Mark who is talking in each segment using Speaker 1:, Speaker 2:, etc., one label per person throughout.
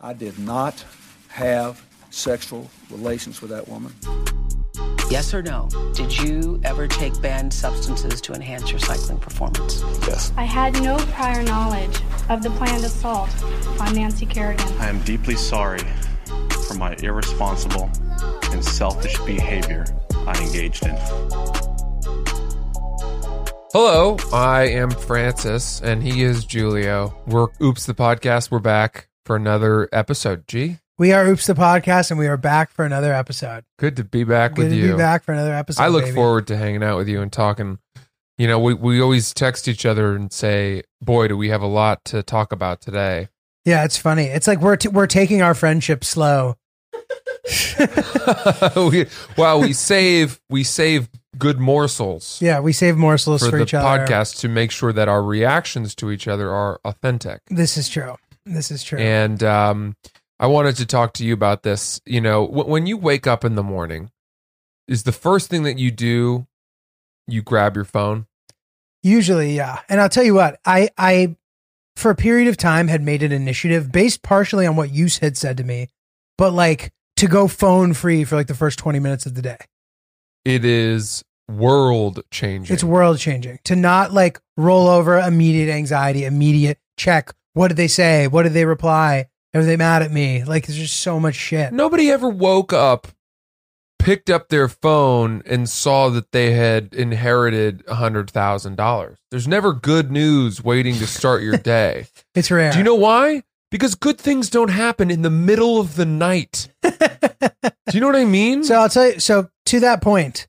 Speaker 1: I did not have sexual relations with that woman.
Speaker 2: Yes or no? Did you ever take banned substances to enhance your cycling performance?
Speaker 3: Yes.
Speaker 4: I had no prior knowledge of the planned assault on Nancy Kerrigan.
Speaker 3: I am deeply sorry for my irresponsible and selfish behavior I engaged in.
Speaker 5: Hello, I am Francis, and he is Julio. We're Oops the Podcast. We're back for another episode. G,
Speaker 6: We are Oops the Podcast, and we are back for another episode.
Speaker 5: good to be back
Speaker 6: Good
Speaker 5: with
Speaker 6: to
Speaker 5: you.
Speaker 6: be back for another episode.
Speaker 5: I look
Speaker 6: baby.
Speaker 5: forward to hanging out with you and talking. You know, we, we always text each other and say, "Boy, do we have a lot to talk about today."
Speaker 6: Yeah, it's funny. It's like we're t- we're taking our friendship slow.
Speaker 5: we, well, we save we save good morsels
Speaker 6: Yeah, we save morsels
Speaker 5: for
Speaker 6: for,
Speaker 5: the
Speaker 6: each other.
Speaker 5: podcast to make sure that our reactions to each other are authentic.
Speaker 6: This is true. This is true.
Speaker 5: And um, I wanted to talk to you about this. You know, w- when you wake up in the morning, is the first thing that you do you grab your phone?
Speaker 6: Usually, yeah. And I'll tell you what, I I for a period of time had made an initiative based partially on what you had said to me, but like to go phone free for like the first twenty minutes of the day.
Speaker 5: It is world changing.
Speaker 6: It's world changing to not like roll over immediate anxiety, immediate check. What did they say? What did they reply? Are they mad at me? Like, there's just so much shit.
Speaker 5: Nobody ever woke up, picked up their phone, and saw that they had inherited $100,000. There's never good news waiting to start your day.
Speaker 6: It's rare.
Speaker 5: Do you know why? Because good things don't happen in the middle of the night. Do you know what I mean?
Speaker 6: So I'll tell you. So to that point,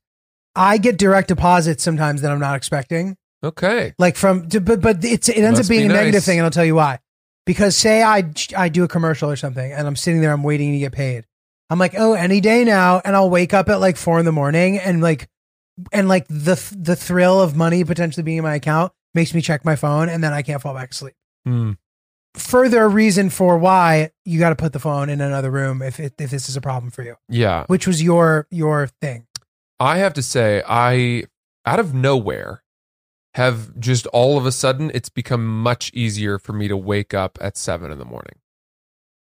Speaker 6: I get direct deposits sometimes that I'm not expecting.
Speaker 5: okay.
Speaker 6: Like from, but but it's it ends
Speaker 5: Must
Speaker 6: up being
Speaker 5: be
Speaker 6: a negative
Speaker 5: nice.
Speaker 6: thing, and I'll tell you why. Because say I I do a commercial or something, and I'm sitting there, I'm waiting to get paid. I'm like, oh, any day now, and I'll wake up at like four in the morning, and like, and like the the thrill of money potentially being in my account makes me check my phone, and then I can't fall back asleep.
Speaker 5: Hmm.
Speaker 6: Further reason for why you got to put the phone in another room if it, if this is a problem for you,
Speaker 5: Yeah.
Speaker 6: which was your your thing.
Speaker 5: I have to say, I, out of nowhere, have just all of a sudden, it's become much easier for me to wake up at seven in the morning.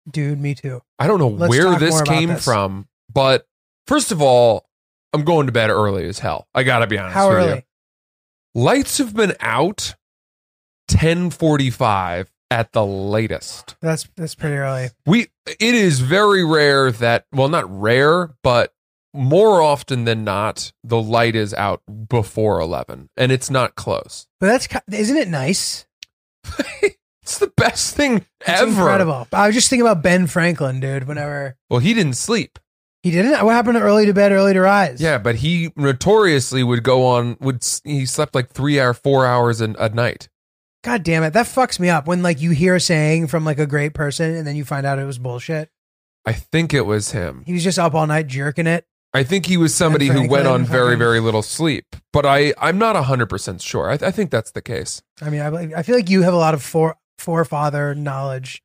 Speaker 6: Dude, me too.
Speaker 5: I don't know
Speaker 6: Let's
Speaker 5: where
Speaker 6: talk
Speaker 5: this
Speaker 6: more about
Speaker 5: came
Speaker 6: this.
Speaker 5: from, but first of all, I'm going to bed early as hell. I gotta be honest
Speaker 6: How
Speaker 5: with
Speaker 6: early?
Speaker 5: you. Lights have been out 10:45 at the latest.
Speaker 6: That's that's pretty early.
Speaker 5: We it is very rare that well not rare, but more often than not the light is out before 11 and it's not close.
Speaker 6: But that's ki- isn't it nice?
Speaker 5: It's the best thing
Speaker 6: It's
Speaker 5: ever.
Speaker 6: incredible. I was just thinking about Ben Franklin, dude. Whenever
Speaker 5: Well, he didn't sleep.
Speaker 6: he didn't, what happened to early to bed, early to rise?
Speaker 5: Yeah, but he notoriously would go on. Would s- he slept like three or four hours a, a night?
Speaker 6: God damn it, that fucks me up when like you hear a saying from like a great person and then you find out it was bullshit.
Speaker 5: I think it was him.
Speaker 6: He was just up all night jerking it.
Speaker 5: I think he was somebody who went
Speaker 6: Franklin
Speaker 5: on very
Speaker 6: fucking-
Speaker 5: very little sleep. But I I'm not hundred percent sure. I, I think that's the case.
Speaker 6: I mean, I, believe- I feel like you have a lot of fore, forefather knowledge.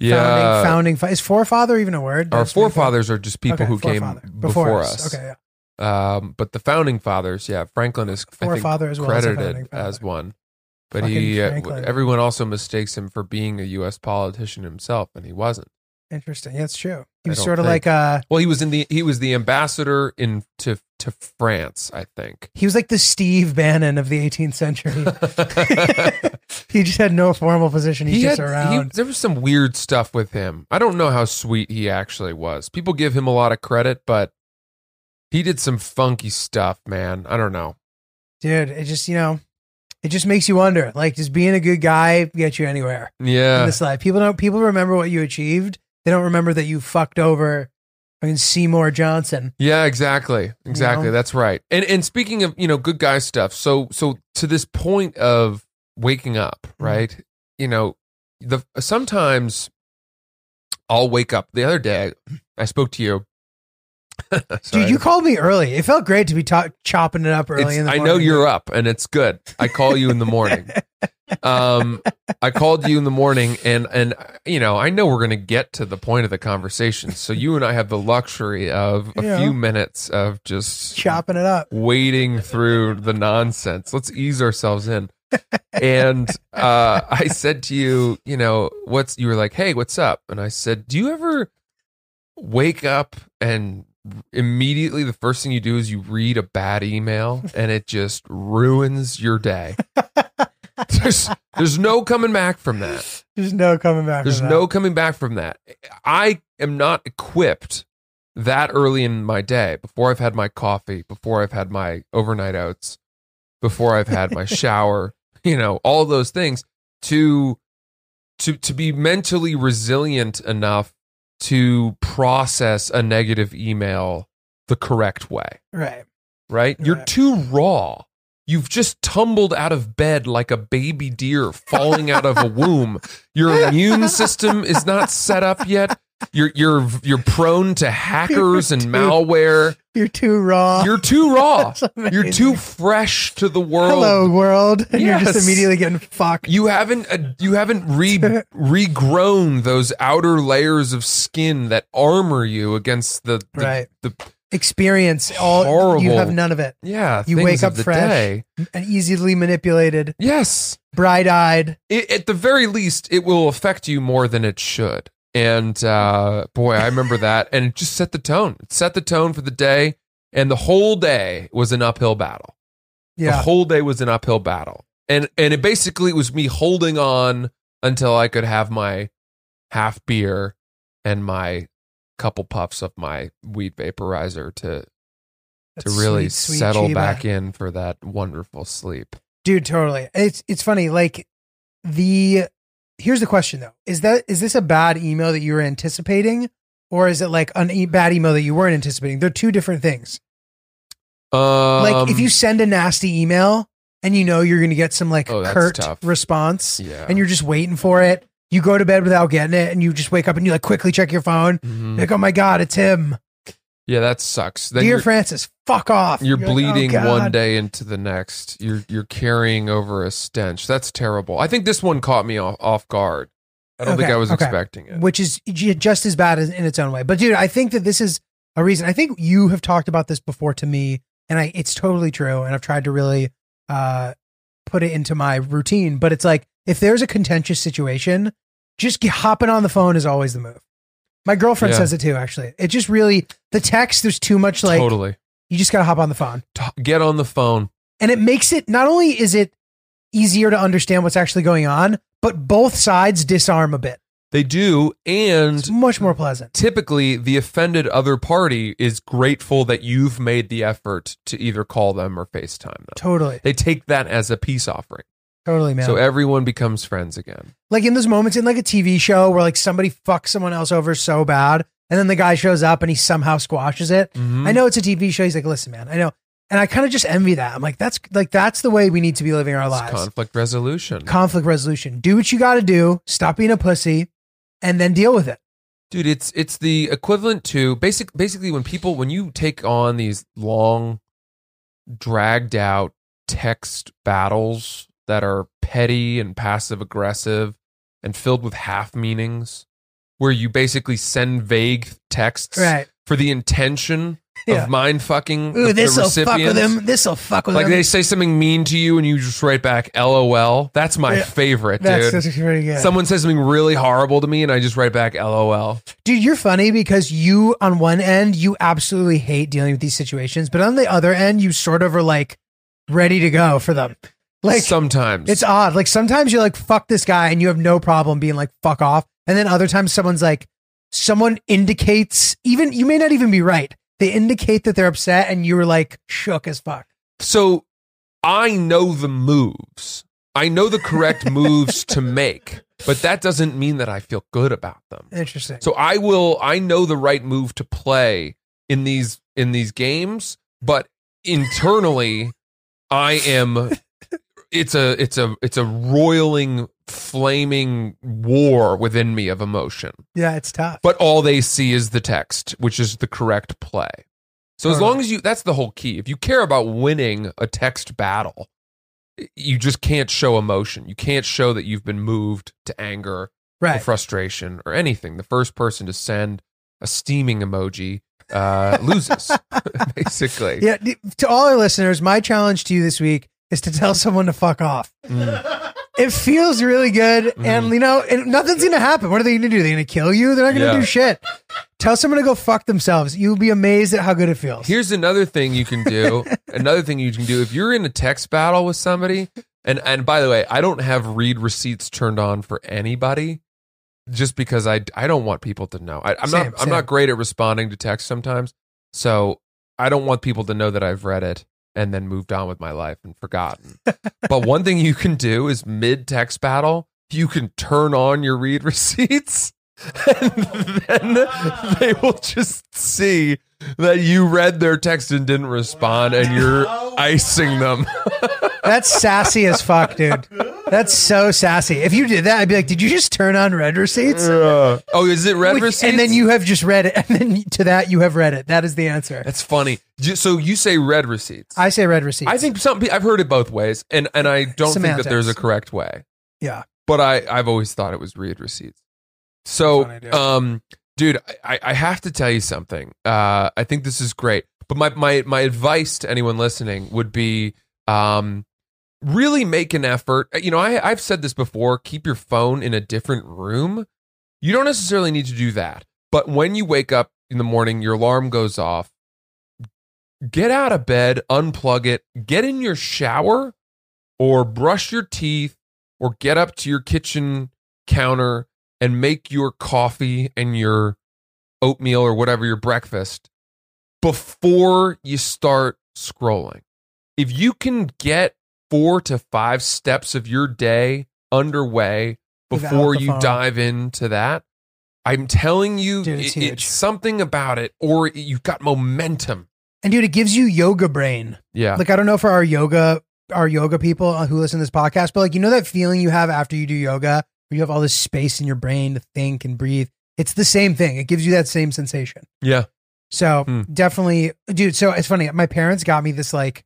Speaker 5: Yeah,
Speaker 6: founding, founding fa- is forefather even a word?
Speaker 5: our
Speaker 6: That's what I thought.
Speaker 5: forefathers are just people
Speaker 6: Okay,
Speaker 5: who came
Speaker 6: forefather.
Speaker 5: before, us.
Speaker 6: Okay, yeah.
Speaker 5: Um, but the founding fathers, yeah, Franklin is I think,
Speaker 6: Forefather as well as a
Speaker 5: credited
Speaker 6: founding
Speaker 5: as
Speaker 6: father.
Speaker 5: one. But
Speaker 6: Fucking
Speaker 5: he, uh,
Speaker 6: Franklin.
Speaker 5: everyone also mistakes him for being a U.S. politician himself, and he wasn't.
Speaker 6: Interesting. Yeah, it's true.
Speaker 5: I
Speaker 6: He was
Speaker 5: don't
Speaker 6: sort of
Speaker 5: think-
Speaker 6: like uh
Speaker 5: Well, he was in the he was the ambassador in to to France, I think.
Speaker 6: he was like the Steve Bannon of the 18th century. he just had no formal position. He's
Speaker 5: he
Speaker 6: just
Speaker 5: had-
Speaker 6: around.
Speaker 5: he- there was some weird stuff with him. I don't know how sweet he actually was. People give him a lot of credit, but he did some funky stuff, man. I don't know.
Speaker 6: Dude, it just, you know, it just makes you wonder. Like, does being a good guy get you anywhere in
Speaker 5: Yeah,
Speaker 6: this life? People don't, people remember what you achieved. They don't remember that you fucked over I mean, Seymour Johnson.
Speaker 5: yeah, exactly, exactly.
Speaker 6: know?
Speaker 5: That's right. And and speaking of you know good guy stuff, so so to this point of waking up,
Speaker 6: Mm-hmm.
Speaker 5: right? You know, the sometimes I'll wake up. The other day, I spoke to you. Sorry.
Speaker 6: Dude, you called me early. It felt great to be ta- chopping it up early
Speaker 5: It's-
Speaker 6: in the
Speaker 5: I
Speaker 6: morning.
Speaker 5: know you're up and it's good. I call you in the morning. um, I called you in the morning and, and, you know, I know we're going to get to the point of the conversation. So you and I have the luxury of a
Speaker 6: Yeah.
Speaker 5: few minutes of just
Speaker 6: chopping it up.
Speaker 5: wading through the nonsense. Let's ease ourselves in. and uh, I said to you, you know, what's you were like, hey, what's up? And I said, do you ever wake up and immediately the first thing you do is you read a bad email and it just ruins your day? there's there's no coming back from that.
Speaker 6: There's no coming back.
Speaker 5: There's
Speaker 6: from
Speaker 5: no coming back from that. I am not equipped that early in my day before I've had my coffee, before I've had my overnight oats, before I've had my shower, you know, all those things to to to be mentally resilient enough to process a negative email the correct way,
Speaker 6: that. right.
Speaker 5: right? You're
Speaker 6: Right.
Speaker 5: too raw. You've just tumbled out of bed like a baby deer falling out of a womb. Your immune system is not set up yet. You're you're you're prone to hackers and
Speaker 6: Dude.
Speaker 5: malware.
Speaker 6: You're too raw.
Speaker 5: You're too raw.
Speaker 6: That's amazing.
Speaker 5: You're too fresh to the world.
Speaker 6: hello world. And You're
Speaker 5: Yes.
Speaker 6: just immediately getting fucked.
Speaker 5: You haven't uh, you haven't re regrown those outer layers of skin that armor you against the, the
Speaker 6: Right.
Speaker 5: the
Speaker 6: Experience all. You
Speaker 5: Horrible.
Speaker 6: have none of it.
Speaker 5: yeah
Speaker 6: You
Speaker 5: things
Speaker 6: wake
Speaker 5: of
Speaker 6: up
Speaker 5: the
Speaker 6: fresh.
Speaker 5: day.
Speaker 6: And easily manipulated,
Speaker 5: Yes.
Speaker 6: bright eyed.
Speaker 5: it, at the very least, it will affect you more than it should. And uh, boy, I remember that, and it just set the tone. It set the tone for the day, and the whole day was an uphill battle. The
Speaker 6: Yeah.
Speaker 5: whole day was an uphill battle, and and it basically was me holding on until I could have my half beer and my couple puffs of my weed vaporizer to to
Speaker 6: That's
Speaker 5: really
Speaker 6: sweet, sweet
Speaker 5: settle
Speaker 6: Chiba.
Speaker 5: back in for that wonderful sleep.
Speaker 6: dude totally it's it's funny like the here's the question though is that is this a bad email that you were anticipating or is it like an e- bad email that you weren't anticipating they're two different things
Speaker 5: Um,
Speaker 6: like if you send a nasty email and you know you're going to get some like
Speaker 5: Oh, that's
Speaker 6: curt
Speaker 5: tough.
Speaker 6: response
Speaker 5: Yeah.
Speaker 6: and you're just waiting for it you go to bed without getting it and you just wake up and you like quickly check your phone
Speaker 5: Mhm.
Speaker 6: like oh my god it's him
Speaker 5: yeah, that sucks. Then
Speaker 6: dear
Speaker 5: you're-
Speaker 6: francis fuck off
Speaker 5: You're,
Speaker 6: like, oh,
Speaker 5: bleeding one
Speaker 6: God.
Speaker 5: day into the next. You're you're carrying over a stench. That's terrible. I think this one caught me off, off guard. I don't think
Speaker 6: Okay,
Speaker 5: I was
Speaker 6: okay.
Speaker 5: expecting it.
Speaker 6: which is ju- just as bad as- in its own way. But dude, I think that this is a reason. I think you have talked about this before to me, and I it's totally true. And I've tried to really uh, put it into my routine. But it's like if there's a contentious situation, just get, hopping on the phone is always the move. My girlfriend
Speaker 5: Yeah.
Speaker 6: says it too. Actually, it just really the text. There's too much like
Speaker 5: totally.
Speaker 6: you just gotta hop on the phone,
Speaker 5: T- Get on the phone.
Speaker 6: and it makes it not only is it easier to understand what's actually going on, but both sides disarm a bit.
Speaker 5: They do, and
Speaker 6: It's much more pleasant.
Speaker 5: typically the offended other party is grateful that you've made the effort to either call them or FaceTime them.
Speaker 6: Totally,
Speaker 5: They take that as a peace offering.
Speaker 6: totally, man.
Speaker 5: So everyone becomes friends again.
Speaker 6: like in those moments in like a TV show where like somebody fucks someone else over so bad, and then the guy shows up and he somehow squashes it.
Speaker 5: Mhm.
Speaker 6: I know it's a TV show. He's like, listen, man, I know, and I kind of just envy that. I'm like, that's like that's the way we need to be living our
Speaker 5: It's
Speaker 6: lives.
Speaker 5: conflict resolution.
Speaker 6: Conflict resolution. Do what you got to do. Stop being a pussy, and then deal with it.
Speaker 5: dude it's it's the equivalent to basic basically when people when you take on these long dragged out text battles that are petty and passive aggressive and filled with half meanings where you basically send vague texts
Speaker 6: Right.
Speaker 5: for the intention
Speaker 6: Yeah.
Speaker 5: of mind fucking
Speaker 6: Ooh,
Speaker 5: the
Speaker 6: this will fuck
Speaker 5: recipient
Speaker 6: with him. This will fuck with
Speaker 5: like
Speaker 6: him.
Speaker 5: they say something mean to you and you just write back lol that's my
Speaker 6: Yeah.
Speaker 5: favorite
Speaker 6: that's,
Speaker 5: dude
Speaker 6: that's pretty good.
Speaker 5: someone says something really horrible to me and i just write back lol
Speaker 6: Dude, you're funny because you, on one end, you absolutely hate dealing with these situations, but on the other end, you sort of are like ready to go for them. Like,
Speaker 5: sometimes
Speaker 6: it's odd. Like, sometimes you're like, fuck this guy, and you have no problem being like, fuck off. And then other times, someone's like, someone indicates, even, you may not even be right. They indicate that they're upset, and you were like, shook as fuck.
Speaker 5: So I know the moves. I know the correct moves to make, but that doesn't mean that I feel good about them.
Speaker 6: Interesting.
Speaker 5: So I will I know the right move to play in these in these games, but internally I am it's a it's a it's a roiling flaming war within me of emotion.
Speaker 6: yeah, it's tough.
Speaker 5: But all they see is the text, which is the correct play. So as
Speaker 6: Totally.
Speaker 5: long as you that's the whole key. If you care about winning a text battle, you just can't show emotion. You can't show that you've been moved to anger or
Speaker 6: right.
Speaker 5: frustration or anything. The first person to send a steaming emoji uh, loses, basically.
Speaker 6: Yeah. d- To all our listeners, my challenge to you this week is to tell someone to fuck off.
Speaker 5: Mm.
Speaker 6: It feels really good, and you know, and nothing's gonna happen. What are they gonna do? They're gonna kill you. They're not gonna
Speaker 5: Yeah.
Speaker 6: do shit. Tell someone to go fuck themselves. You'll be amazed at how good it feels.
Speaker 5: Here's another thing you can do. another thing you can do if you're in a text battle with somebody, and and by the way, I don't have read receipts turned on for anybody, just because I I don't want people to know. I, I'm
Speaker 6: Same,
Speaker 5: not
Speaker 6: same.
Speaker 5: I'm not great at responding to text sometimes, so I don't want people to know that I've read it and then moved on with my life and forgotten. but one thing you can do is mid text battle, you can turn on your read receipts. And then they will just see that you read their text and didn't respond and you're icing them.
Speaker 6: That's sassy as fuck, dude. That's so sassy. If you did that, I'd be like, did you just turn on red receipts?
Speaker 5: oh, is it red
Speaker 6: Which-
Speaker 5: receipts?
Speaker 6: And then you have just read it. And then to that, you have read it. That is the answer.
Speaker 5: That's funny. You- So you say red receipts.
Speaker 6: I say red receipts.
Speaker 5: I think some pe- I've heard it both ways and and I don't think that there's a
Speaker 6: Semantics.
Speaker 5: correct way.
Speaker 6: Yeah.
Speaker 5: But I I've always thought it was read receipts. So
Speaker 6: That's what I do.
Speaker 5: um dude, I I have to tell you something. Uh I think this is great. But my my my advice to anyone listening would be um really make an effort. You know, I I've said this before, keep your phone in a different room. You don't necessarily need to do that. But when you wake up in the morning, your alarm goes off. Get out of bed, unplug it, get in your shower or brush your teeth or get up to your kitchen counter and make your coffee and your oatmeal or whatever your breakfast before you start scrolling. If you can get four to five steps of your day underway
Speaker 6: Without
Speaker 5: before
Speaker 6: the
Speaker 5: you
Speaker 6: phone.
Speaker 5: dive into that, I'm telling you,
Speaker 6: Dude, it's
Speaker 5: it-
Speaker 6: huge.
Speaker 5: it's something about it, or you've got momentum.
Speaker 6: and dude, it gives you yoga brain.
Speaker 5: Yeah.
Speaker 6: Like, I don't know for our yoga, our yoga people who listen to this podcast, but like, you know that feeling you have after you do yoga where you have all this space in your brain to think and breathe? It's the same thing. It gives you that same sensation.
Speaker 5: yeah.
Speaker 6: So
Speaker 5: Hmm.
Speaker 6: definitely, dude. So it's funny. My parents got me this like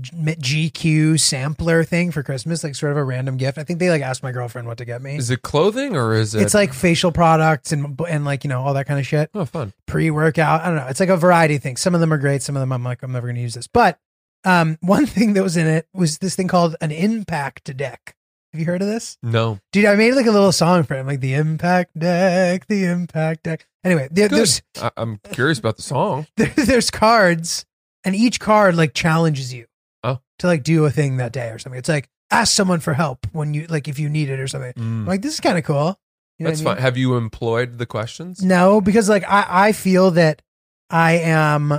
Speaker 6: G- GQ sampler thing for Christmas, like sort of a random gift. I think they like asked my girlfriend what to get me.
Speaker 5: Is it clothing or is it?
Speaker 6: It's like facial products and and like you know all that kind of shit.
Speaker 5: oh, fun.
Speaker 6: Pre workout. I don't know. It's like a variety thing. Some of them are great. Some of them I'm like I'm never gonna use this. But um, one thing that was in it was this thing called an impact deck. Have you heard of this?
Speaker 5: No.
Speaker 6: Dude, I made like a little song for him, like the impact deck, the impact deck. Anyway, there,
Speaker 5: Good.
Speaker 6: there's
Speaker 5: I, I'm curious about the song.
Speaker 6: there, there's cards and each card like challenges you
Speaker 5: Oh.
Speaker 6: to like do a thing that day or something. It's like ask someone for help when you like if you need it or something. I'm
Speaker 5: Mm.
Speaker 6: like this is kind of cool. You know
Speaker 5: That's
Speaker 6: what I
Speaker 5: fine.
Speaker 6: mean?
Speaker 5: Have you employed the questions?
Speaker 6: No, because like I I feel that I am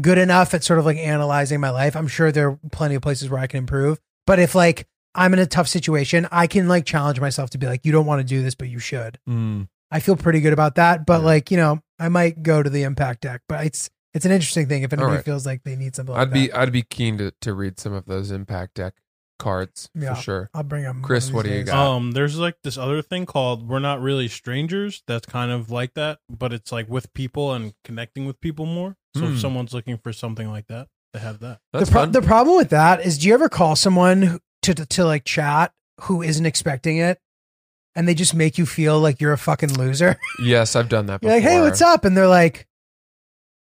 Speaker 6: good enough at sort of like analyzing my life. I'm sure there are plenty of places where I can improve, but if like I'm in a tough situation, I can like challenge myself to be like you don't want to do this but you should.
Speaker 5: Mm.
Speaker 6: I feel pretty good about that. But like, you know, I might go to the impact deck. But it's it's an interesting thing if
Speaker 5: All
Speaker 6: anybody
Speaker 5: right.
Speaker 6: feels like they need something. Like
Speaker 5: I'd be
Speaker 6: that.
Speaker 5: I'd be keen to, to read some of those impact deck cards
Speaker 6: Yeah.
Speaker 5: for sure.
Speaker 6: I'll bring them.
Speaker 5: Chris, what do you got?
Speaker 7: Um, there's like this other thing called "We're Not Really Strangers." That's kind of like that, but it's like with people and connecting with people more. So
Speaker 5: Hmm.
Speaker 7: if someone's looking for something like that, they have that.
Speaker 5: That's
Speaker 6: the, pro-
Speaker 5: fun.
Speaker 6: the problem with that is, do you ever call someone who- to, to to like chat who isn't expecting it, and they just make you feel like you're a fucking loser?
Speaker 5: yes, I've done that.
Speaker 6: you're
Speaker 5: Before.
Speaker 6: like, hey, what's up? And they're like,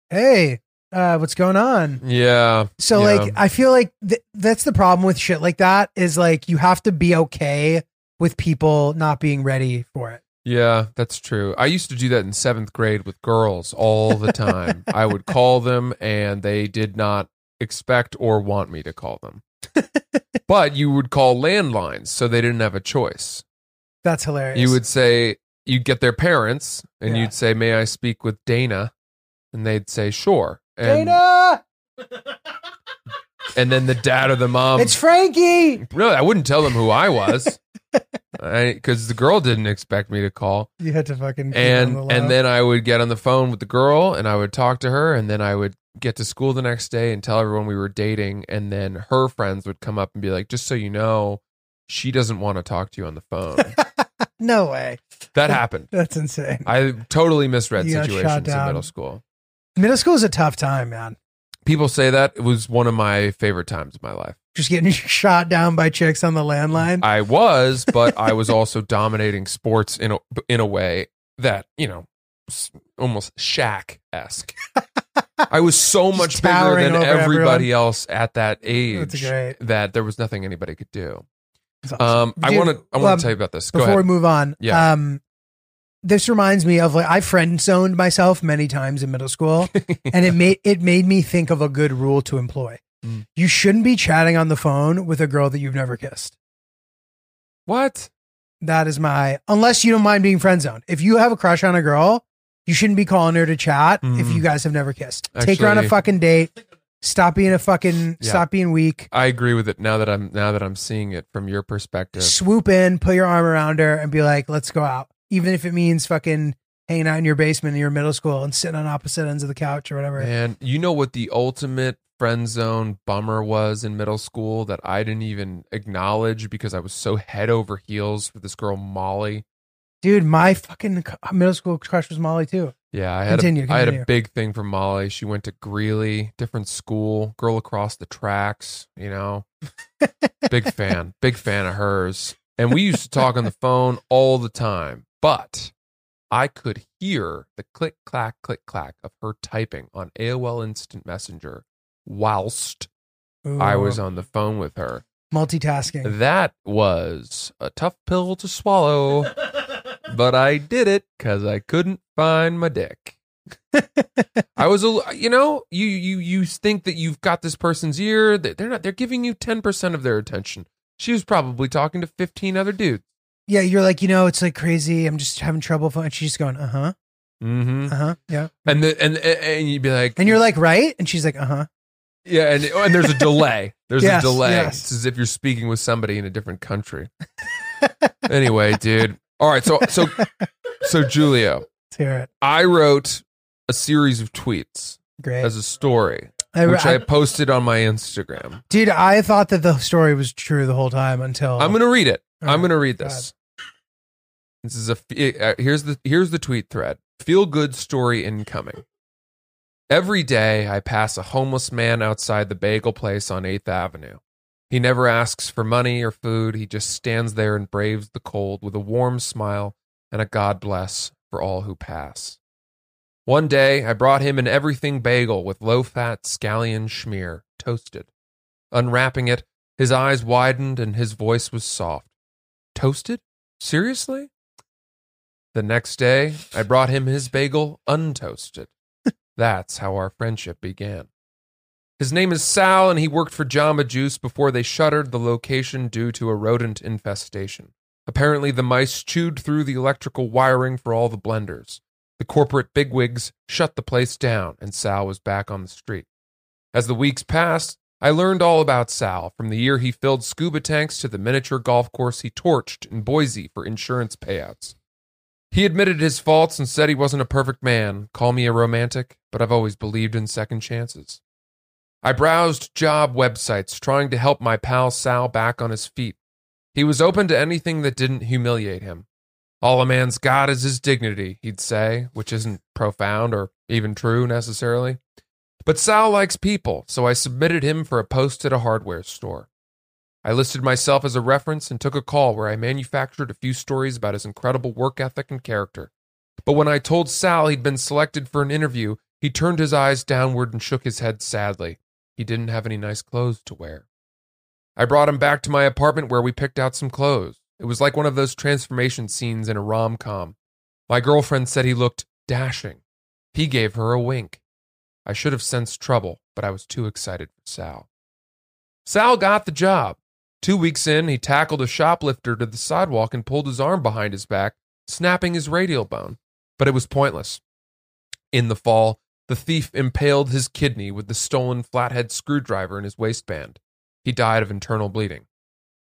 Speaker 6: hey, uh, what's going on?
Speaker 5: Yeah.
Speaker 6: So
Speaker 5: Yeah.
Speaker 6: like I feel like th- that's the problem with shit like that is like you have to be okay with people not being ready for it.
Speaker 5: Yeah, that's true. I used to do that in seventh grade with girls all the time. I would call them and they did not expect or want me to call them. but you would call landlines, so they didn't have a choice.
Speaker 6: That's hilarious.
Speaker 5: You would say, you'd get their parents and
Speaker 6: Yeah.
Speaker 5: you'd say, May I speak with Dana? And they'd say, Sure. And,
Speaker 6: Dana,
Speaker 5: and then the dad or the mom.
Speaker 6: it's Frankie.
Speaker 5: no, I wouldn't tell them who I was. Because the girl didn't expect me to call.
Speaker 6: You had to fucking keep it on
Speaker 5: and
Speaker 6: the
Speaker 5: and
Speaker 6: low.
Speaker 5: then I would get on the phone with the girl and I would talk to her and then I would get to school the next day and tell everyone we were dating and then her friends would come up and be like just so you know she doesn't want to talk to you on the phone.
Speaker 6: no way.
Speaker 5: that happened.
Speaker 6: That's insane.
Speaker 5: I totally misread
Speaker 6: You got shot
Speaker 5: situations in
Speaker 6: down.
Speaker 5: middle school.
Speaker 6: Middle school is a tough time, man.
Speaker 5: People say that it was one of my favorite times of my life.
Speaker 6: Just getting shot down by chicks on the landline.
Speaker 5: I was, but I was also dominating sports in a, in a way that, you know, s- almost Shaq-esque. I was so
Speaker 6: Just
Speaker 5: much bigger
Speaker 6: towering
Speaker 5: than
Speaker 6: over
Speaker 5: everybody else at that
Speaker 6: That's
Speaker 5: age
Speaker 6: great.
Speaker 5: that there was nothing anybody could do.
Speaker 6: That's awesome.
Speaker 5: Um, I
Speaker 6: Dude,
Speaker 5: want to I want to
Speaker 6: um,
Speaker 5: tell you about this. Go
Speaker 6: Before we
Speaker 5: ahead.
Speaker 6: move on,
Speaker 5: Yeah.
Speaker 6: um, this reminds me of like I friend zoned myself many times in middle school, and it made it made me think of a good rule to employ.
Speaker 5: Mm.
Speaker 6: You shouldn't be chatting on the phone with a girl that you've never kissed.
Speaker 5: What?
Speaker 6: That is my unless you don't mind being friend zoned. If you have a crush on a girl, you shouldn't be calling her to chat if
Speaker 5: Mhm.
Speaker 6: you guys have never kissed. Take her on a
Speaker 5: Actually-
Speaker 6: fucking date. Stop being a fucking
Speaker 5: Yeah.
Speaker 6: stop being weak.
Speaker 5: I agree with it now that I'm now that I'm seeing it from your perspective.
Speaker 6: swoop in, put your arm around her, and be like, "Let's go out," even if it means fucking hanging out in your basement in your middle school and sitting on opposite ends of the couch or whatever.
Speaker 5: Man, you know what the ultimate friend zone bummer was in middle school that I didn't even acknowledge because I was so head over heels for this girl Molly.
Speaker 6: Dude, my fucking c- middle school crush was Molly too.
Speaker 5: Yeah, I had
Speaker 6: Continue,
Speaker 5: a, I had a
Speaker 6: continue.
Speaker 5: big thing for Molly. She went to Greeley, different school, girl across the tracks. You know, big fan, big fan of hers. And we used to talk on the phone all the time, but I could hear the click clack click clack of her typing on AOL Instant Messenger whilst I was um, on the phone with her.
Speaker 6: multitasking.
Speaker 5: That was a tough pill to swallow, but I did it because I couldn't find my dick. I was a, you know, you you you think that you've got this person's ear. That they're not. They're giving you ten percent of their attention. She was probably talking to fifteen other dudes.
Speaker 6: Yeah, you're like, you know, it's like crazy. I'm just having trouble. fo-" And she's just going, uh huh,
Speaker 5: Mm-hmm.
Speaker 6: uh huh, yeah.
Speaker 5: And the and and you'd be like,
Speaker 6: And you're like, right? And she's like, uh huh.
Speaker 5: yeah, and oh, and there's a delay. There's
Speaker 6: Yes,
Speaker 5: a delay.
Speaker 6: yes.
Speaker 5: It's as if you're speaking with somebody in a different country. anyway, dude. All right, so so so Julio,
Speaker 6: Let's hear it.
Speaker 5: I wrote a series of tweets
Speaker 6: Great.
Speaker 5: as a story,
Speaker 6: I-
Speaker 5: which I
Speaker 6: I-
Speaker 5: posted on my Instagram.
Speaker 6: dude, I thought that the story was true the whole time until
Speaker 5: I'm gonna read it.
Speaker 6: All
Speaker 5: I'm
Speaker 6: right,
Speaker 5: gonna read
Speaker 6: go
Speaker 5: this. This is a f- uh, here's the here's the tweet thread. Feel good story incoming. Every day I pass a homeless man outside the bagel place on 8th Avenue. He never asks for money or food. He just stands there and braves the cold with a warm smile and a God bless for all who pass. One day I brought him an everything bagel with low fat scallion schmear, toasted. Unwrapping it, his eyes widened and his voice was soft. Toasted? Seriously? The next day, I brought him his bagel untoasted. That's how our friendship began. His name is Sal, and he worked for Jamba Juice before they shuttered the location due to a rodent infestation. Apparently, the mice chewed through the electrical wiring for all the blenders. The corporate bigwigs shut the place down, and Sal was back on the street. As the weeks passed, I learned all about Sal, from the year he filled scuba tanks to the miniature golf course he torched in Boise for insurance payouts. He admitted his faults and said he wasn't a perfect man. Call me a romantic, but I've always believed in second chances. I browsed job websites trying to help my pal Sal back on his feet. He was open to anything that didn't humiliate him. All a man's got is his dignity, he'd say, which isn't profound or even true necessarily. But Sal likes people, so I submitted him for a post at a hardware store. I listed myself as a reference and took a call where I manufactured a few stories about his incredible work ethic and character. But when I told Sal he'd been selected for an interview, he turned his eyes downward and shook his head sadly. He didn't have any nice clothes to wear. I brought him back to my apartment where we picked out some clothes. It was like one of those transformation scenes in a rom com. My girlfriend said he looked dashing. He gave her a wink. I should have sensed trouble, but I was too excited for Sal. Sal got the job. Two weeks in, he tackled a shoplifter to the sidewalk and pulled his arm behind his back, snapping his radial bone. But it was pointless. In the fall, the thief impaled his kidney with the stolen flathead screwdriver in his waistband. He died of internal bleeding.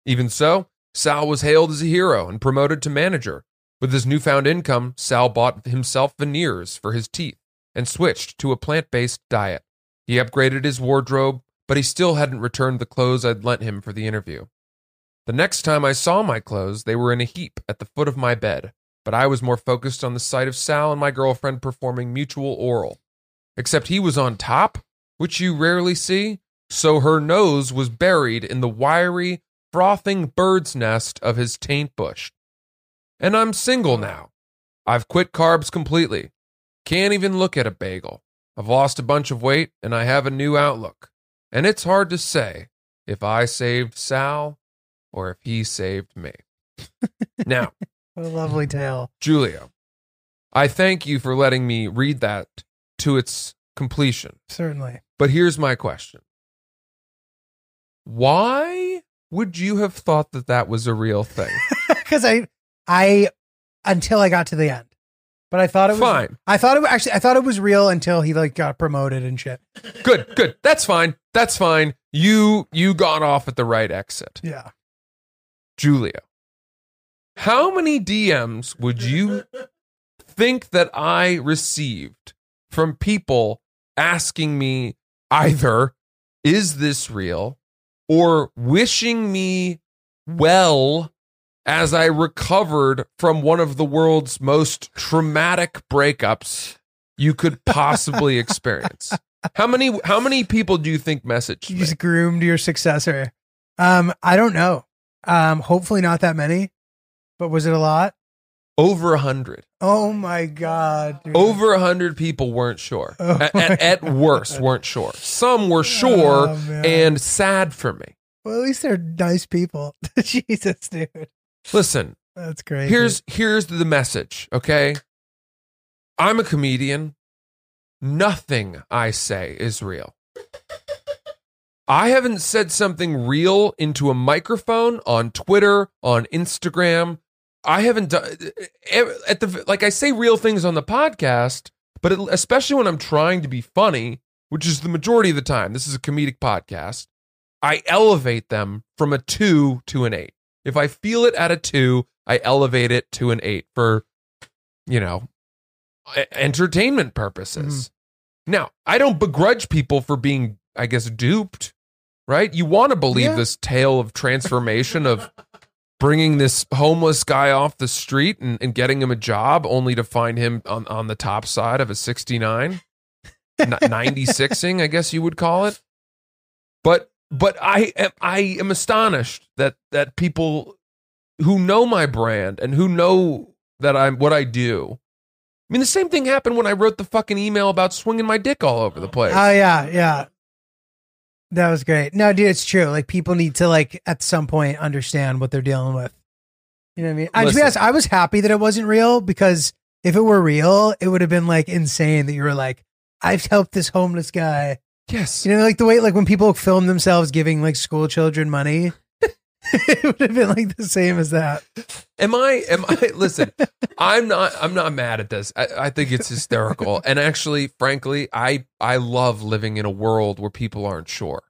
Speaker 5: Even so, Sal was hailed as a hero and promoted to manager. With his newfound income, Sal bought himself veneers for his teeth and switched to a plant based diet. He upgraded his wardrobe, but he still hadn't returned the clothes I'd lent him for the interview. The next time I saw my clothes, they were in a heap at the foot of my bed, but I was more focused on the sight of Sal and my girlfriend performing mutual oral. Except he was on top, which you rarely see, so her nose was buried in the wiry, frothing bird's nest of his taint bush. And I'm single now. I've quit carbs completely. Can't even look at a bagel. I've lost a bunch of weight and I have a new outlook. And it's hard to say if I saved Sal or if he saved me. now,
Speaker 6: What a lovely tale.
Speaker 5: Julio, I thank you for letting me read that to its completion.
Speaker 6: Certainly.
Speaker 5: But here's my question Why would you have thought that that was a real thing?
Speaker 6: Because I, I, until I got to the end, but I thought it was
Speaker 5: Fine.
Speaker 6: I thought it actually. I thought it was real until he like got promoted and shit.
Speaker 5: good, good. That's fine. That's fine. You you got off at the right exit.
Speaker 6: Yeah.
Speaker 5: Julia, how many DMs would you think that I received from people asking me either, is this real, or wishing me well as I recovered from one of the world's most traumatic breakups you could possibly experience? How many how many people do you think messaged
Speaker 6: You
Speaker 5: me?
Speaker 6: just groomed your successor. Um, I don't know. Um, hopefully not that many, but was it a lot?
Speaker 5: Over a hundred.
Speaker 6: Oh my god. dude.
Speaker 5: Over 100 people weren't sure.
Speaker 6: Oh
Speaker 5: at,
Speaker 6: my
Speaker 5: at, at worst, weren't sure. Some were sure
Speaker 6: Oh, man.
Speaker 5: and sad for me.
Speaker 6: Well, at least they're nice people. Jesus, dude.
Speaker 5: Listen,
Speaker 6: That's great.
Speaker 5: here's here's the message, okay? I'm a comedian. Nothing I say is real. I haven't said something real into a microphone on Twitter, on Instagram. I haven't done eh, at the like I say real things on the podcast, but it, especially when I'm trying to be funny, which is the majority of the time. This is a comedic podcast. I elevate them from a 2 to an 8. If I feel it at a two, I elevate it to an eight for, you know, e- entertainment purposes. Now, I don't begrudge people for being, I guess, duped, right? You want to believe
Speaker 6: Yeah.
Speaker 5: this tale of transformation of bringing this homeless guy off the street and, and getting him a job only to find him on, on the top side of a 69, n- 96ing, I guess you would call it. But but I am I am astonished that that people who know my brand and who know that I'm what I do. I mean, the same thing happened when I wrote the fucking email about swinging my dick all over the place.
Speaker 6: Oh yeah, yeah. That was great. No, dude, it's true. Like people need to like at some point understand what they're dealing with. You know what I mean? I, to be
Speaker 5: Listen.
Speaker 6: honest, I was happy that it wasn't real because if it were real, it would have been like insane that you were like, I've helped this homeless guy.
Speaker 5: yes,
Speaker 6: You know, like the way like when people film themselves giving like school children money. it would have been like the same as that.
Speaker 5: Am I? Am I? Listen, I'm not. I'm not mad at this. I, I think it's hysterical. And actually, frankly, I I love living in a world where people aren't sure.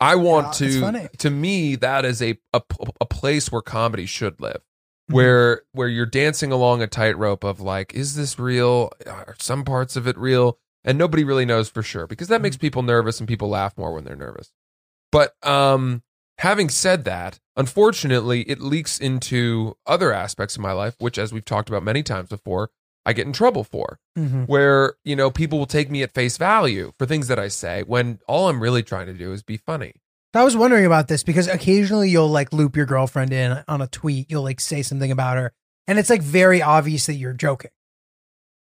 Speaker 5: I want
Speaker 6: Yeah, it's funny.
Speaker 5: to. To me, that is a, a a place where comedy should live,
Speaker 6: Mm-hmm.
Speaker 5: where where you're dancing along a tightrope of like, is this real? Are some parts of it real? And nobody really knows for sure because that makes
Speaker 6: Mm-hmm.
Speaker 5: people nervous and people laugh more when they're nervous. But um, having said that, unfortunately, it leaks into other aspects of my life, which, as we've talked about many times before, I get in trouble for,
Speaker 6: Mhm.
Speaker 5: where, you know, people will take me at face value for things that I say when all I'm really trying to do is be funny.
Speaker 6: I was wondering about this because occasionally you'll like loop your girlfriend in on a tweet. You'll like say something about her, and it's like very obvious that you're joking,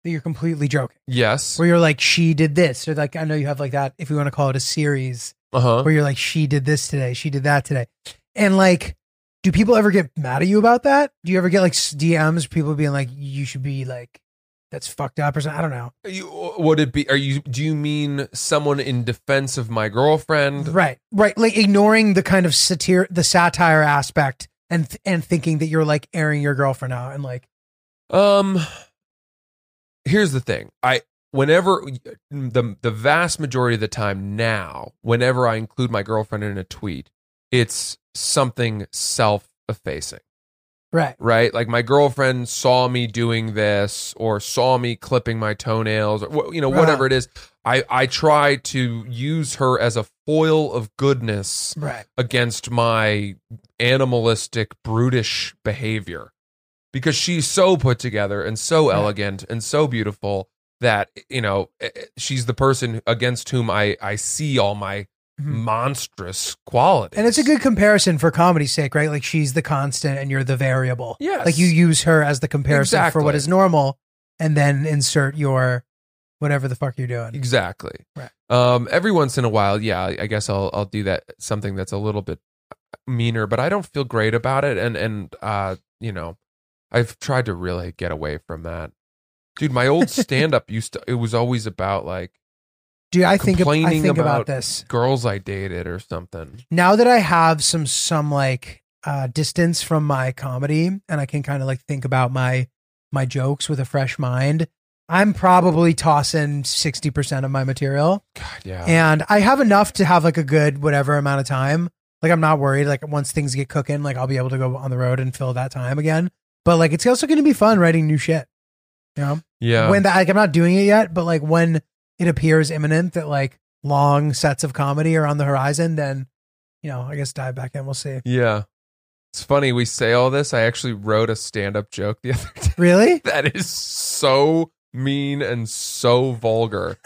Speaker 6: that you're completely joking.
Speaker 5: Yes.
Speaker 6: Where you're like, she did this, or like I know you have like that. If we want to call it a series,
Speaker 5: Uh huh.
Speaker 6: where you're like, she did this today, she did that today, and like, do people ever get mad at you about that? Do you ever get like s- DMs, people being like, you should be like, that's fucked up, or something? I don't know.
Speaker 5: You, would it be, are you, do you mean someone in defense of my girlfriend?
Speaker 6: right right like ignoring the kind of satire the satire aspect and th- and thinking that you're like airing your girlfriend out and like
Speaker 5: Um, here's the thing. I whenever the the vast majority of the time now, whenever I include my girlfriend in a tweet, it's something self-effacing,
Speaker 6: right
Speaker 5: right? Like my girlfriend saw me doing this, or saw me clipping my toenails, or wh- you know, whatever
Speaker 6: Right.
Speaker 5: it is. I I try to use her as a foil of goodness
Speaker 6: right
Speaker 5: against my animalistic, brutish behavior because she's so put together and so
Speaker 6: Yeah.
Speaker 5: elegant and so beautiful that you know eh, eh, she's the person against whom I I see all my
Speaker 6: Mhm.
Speaker 5: monstrous qualities.
Speaker 6: and it's a good comparison for comedy's sake right like she's the constant and you're the variable
Speaker 5: Yes.
Speaker 6: like you use her as the comparison for what
Speaker 5: Exactly.
Speaker 6: is normal and then insert your whatever the fuck you're doing.
Speaker 5: Exactly.
Speaker 6: Right.
Speaker 5: Um, every once in a while, yeah, I I guess I'll I'll do that something that's a little bit uh, meaner, but I don't feel great about it, and and uh, you know, I've tried to really get away from that. Dude, my old stand up used to it was always about like
Speaker 6: Dude, I think ab- I
Speaker 5: Complaining
Speaker 6: think about,
Speaker 5: about-
Speaker 6: this
Speaker 5: girls I dated or something.
Speaker 6: now that I have some some like uh, distance from my comedy, and I can kind of like think about my my jokes with a fresh mind. I'm probably tossing sixty percent of my material.
Speaker 5: God, yeah.
Speaker 6: and I have enough to have like a good whatever amount of time. Like I'm not worried. Like once things get cooking, like I'll be able to go on the road and fill that time again. But like it's also going to be fun writing new shit. You know,
Speaker 5: yeah.
Speaker 6: when that like I'm not doing it yet, but like when it appears imminent that like long sets of comedy are on the horizon, then you know I guess dive back in. We'll see.
Speaker 5: yeah. It's funny we say all this. I actually wrote a stand up joke the other day
Speaker 6: Really?
Speaker 5: that is so mean and so vulgar.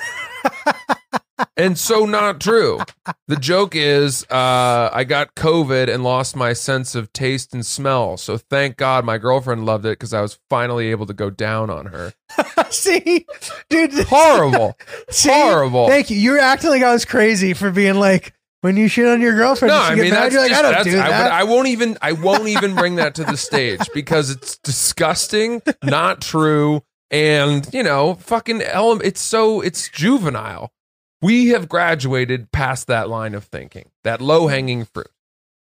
Speaker 5: and so not true. The joke is uh, I got COVID and lost my sense of taste and smell. So thank God my girlfriend loved it because I was finally able to go down on her.
Speaker 6: see, dude, this-
Speaker 5: Horrible.
Speaker 6: see?
Speaker 5: horrible.
Speaker 6: Thank you. You were acting like I was crazy for being like when you shit on your girlfriend.
Speaker 5: No,
Speaker 6: she
Speaker 5: I
Speaker 6: get
Speaker 5: mean
Speaker 6: mad,
Speaker 5: that's
Speaker 6: you're like,
Speaker 5: just,
Speaker 6: I don't
Speaker 5: that's,
Speaker 6: do that.
Speaker 5: I, would, I won't even I won't even bring that to the stage because it's disgusting, not true, and you know, fucking element. It's so it's juvenile. We have graduated past that line of thinking, that low hanging fruit,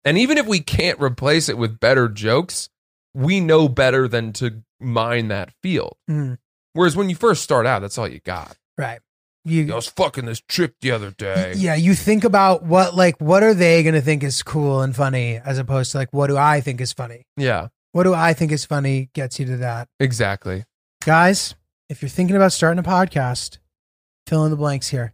Speaker 5: and even if we can't replace it with better jokes, we know better than to mine that field.
Speaker 6: Mm,
Speaker 5: Whereas when you first start out, that's all you got.
Speaker 6: right.
Speaker 5: You know, I
Speaker 6: You,
Speaker 5: was fucking this chick the other day.
Speaker 6: yeah, you think about what like what are they going to think is cool and funny as opposed to like what do I think is funny?
Speaker 5: yeah,
Speaker 6: What do I think is funny gets you to that.
Speaker 5: exactly.
Speaker 6: Guys, if you're thinking about starting a podcast, fill in the blanks here.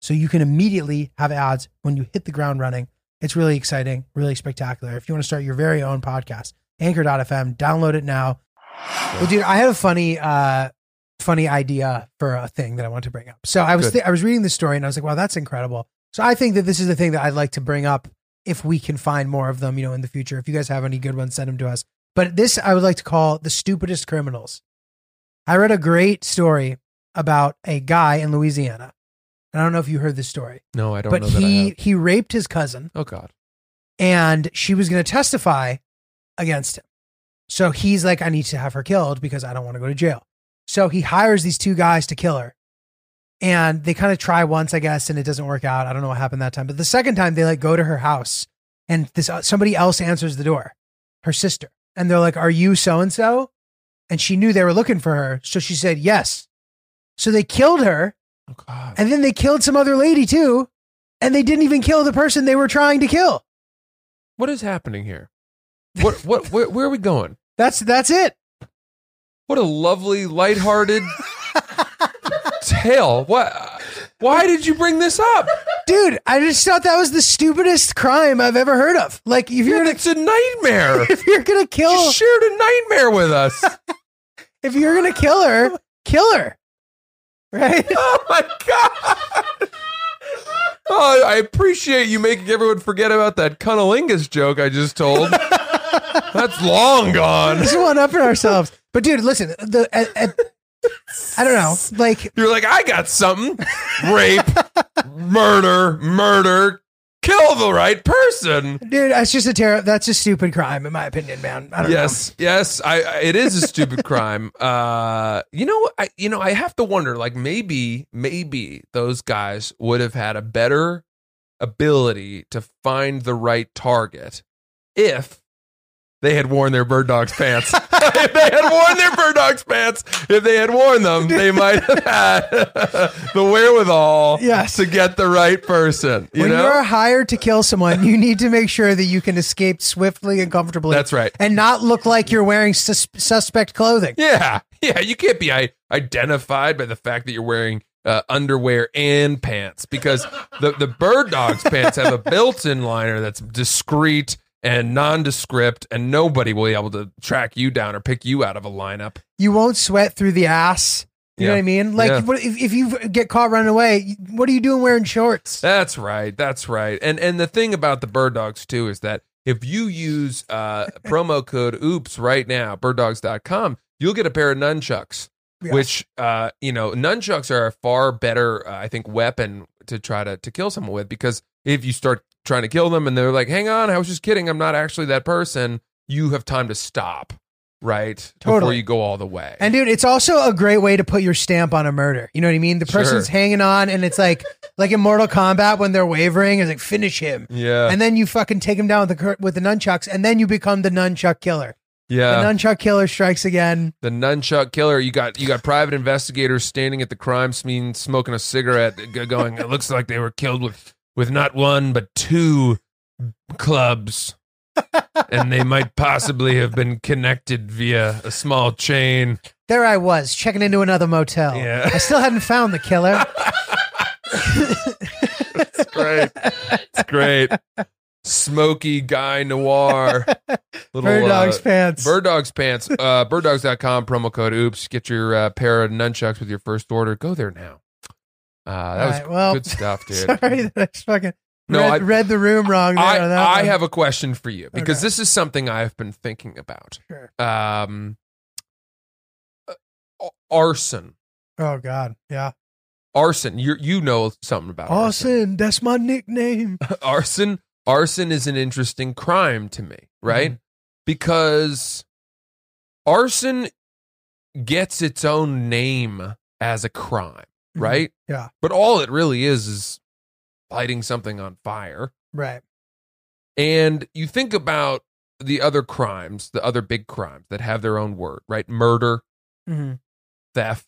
Speaker 6: So you can immediately have ads when you hit the ground running. It's really exciting, really spectacular. If you want to start your very own podcast, anchor.fm, download it now. Well, dude, I had a funny, uh, funny idea for a thing that I want to bring up. So I was,
Speaker 5: Good.
Speaker 6: thi- I was reading this story and I was like, wow, that's incredible. So I think that this is the thing that I'd like to bring up if we can find more of them, you know, in the future. If you guys have any good ones, send them to us. But this I would like to call the stupidest criminals. I read a great story about a guy in Louisiana. And I don't know if you heard this story,
Speaker 5: No, I don't
Speaker 6: but
Speaker 5: know that I have.
Speaker 6: he he raped his cousin
Speaker 5: Oh God.
Speaker 6: and she was going to testify against him. So he's like, I need to have her killed because I don't want to go to jail. So he hires these two guys to kill her. And they kind of try once, I guess, and it doesn't work out. I don't know what happened that time. But the second time, they like go to her house and this uh, somebody else answers the door, her sister. And they're like, Are you so and so? And she knew they were looking for her. So she said, Yes. So they killed her.
Speaker 5: Oh God.
Speaker 6: And then they killed some other lady too. And they didn't even kill the person they were trying to kill.
Speaker 5: What is happening here? What what where, where are we going?
Speaker 6: That's that's it.
Speaker 5: What a lovely, lighthearted tale. What? Why did you bring this up?
Speaker 6: Dude, I just thought that was the stupidest crime I've ever heard of. Like if you're gonna
Speaker 5: It's a nightmare.
Speaker 6: if you're gonna
Speaker 5: You
Speaker 6: kill
Speaker 5: shared a nightmare with us.
Speaker 6: if you're gonna kill her, kill her. Right?
Speaker 5: Oh my God. Oh, I appreciate you making everyone forget about that cunnilingus joke I just told. That's long gone.
Speaker 6: Just one upping ourselves. But dude, listen, the at, at- I don't know. Like
Speaker 5: You're like, I got something. Rape, murder, murder, kill the right person.
Speaker 6: dude, that's just a terror that's a stupid crime in my opinion, man. I don't
Speaker 5: yes, yes, I, I it is a stupid crime. Uh, you know, I you know, I have to wonder like maybe maybe those guys would have had a better ability to find the right target if they had worn their bird dog's pants. if they had worn their bird dog's pants, if they had worn them, they might have had the wherewithal
Speaker 6: Yes.
Speaker 5: to get the right person. You
Speaker 6: when
Speaker 5: know,
Speaker 6: you're hired to kill someone, you need to make sure that you can escape swiftly and comfortably.
Speaker 5: That's right.
Speaker 6: And not look like you're wearing sus- suspect clothing.
Speaker 5: Yeah, yeah, you can't be I- identified by the fact that you're wearing uh, underwear and pants because the, the bird dog's pants have a built-in liner that's discreet and nondescript and nobody will be able to track you down or pick you out of a lineup
Speaker 6: You won't sweat through the ass. You know
Speaker 5: Yeah.
Speaker 6: what I mean? Like
Speaker 5: Yeah.
Speaker 6: what- if, if you get caught running away, what are you doing wearing shorts?
Speaker 5: That's right. That's right. And and the thing about the bird dogs too is that if you use uh, promo code OOPS right now, birddogs.com, you'll get a pair of nunchucks,
Speaker 6: Yeah.
Speaker 5: which uh, you know, nunchucks are a far better uh, I think weapon to try to to kill someone with because if you start trying to kill them and they're like, "Hang on, I was just kidding. I'm not actually that person." You have time to stop, right? Before
Speaker 6: Totally.
Speaker 5: you go all the way.
Speaker 6: And dude, it's also a great way to put your stamp on a murder. You know what I mean? The
Speaker 5: Sure.
Speaker 6: person's hanging on and it's like like in Mortal Kombat when they're wavering, it's like finish him.
Speaker 5: yeah.
Speaker 6: And then you fucking take him down with the cur- with the nunchucks and then you become the nunchuck killer.
Speaker 5: yeah.
Speaker 6: the nunchuck killer strikes again.
Speaker 5: the nunchuck killer. You got you got private investigators standing at the crime scene, smoking a cigarette, g- going, "It looks like they were killed with with not one but two clubs, and they might possibly have been connected via a small chain."
Speaker 6: There I was, checking into another motel.
Speaker 5: Yeah.
Speaker 6: I still hadn't found the killer.
Speaker 5: It's great. It's great. Smoky guy noir. Little
Speaker 6: Bird dog's
Speaker 5: uh,
Speaker 6: pants.
Speaker 5: Bird Dogs Pants, uh, birddogs.com, promo code OOPS. Get your uh, pair of nunchucks with your first order. Go there now. Uh, that
Speaker 6: All
Speaker 5: was
Speaker 6: right, well,
Speaker 5: good stuff, dude.
Speaker 6: Sorry that I fucking
Speaker 5: No,
Speaker 6: read,
Speaker 5: I-
Speaker 6: read the room wrong. There on that
Speaker 5: I, I
Speaker 6: one.
Speaker 5: have a question for you because
Speaker 6: Okay.
Speaker 5: this is something I've been thinking about.
Speaker 6: Sure.
Speaker 5: Um, uh, arson.
Speaker 6: Oh God, yeah.
Speaker 5: Arson. You you know something about arson.
Speaker 6: Austin, that's my nickname.
Speaker 5: arson arson is an interesting crime to me right because arson gets its own name as a crime
Speaker 6: Mhm.
Speaker 5: right
Speaker 6: Yeah.
Speaker 5: but all it really is is lighting something on fire
Speaker 6: Right.
Speaker 5: and you think about the other crimes the other big crimes that have their own word right murder
Speaker 6: Mhm.
Speaker 5: theft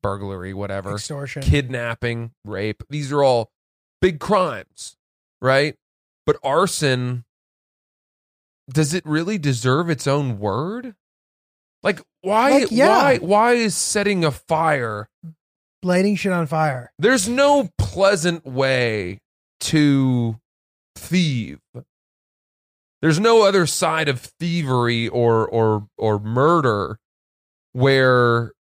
Speaker 5: burglary whatever
Speaker 6: Extortion.
Speaker 5: kidnapping, rape. These are all big crimes, right? But arson, does it really deserve its own word? Like why
Speaker 6: Like, yeah.
Speaker 5: why why is setting a fire?
Speaker 6: Lighting shit on fire.
Speaker 5: There's no pleasant way to thieve. There's no other side of thievery or or or murder where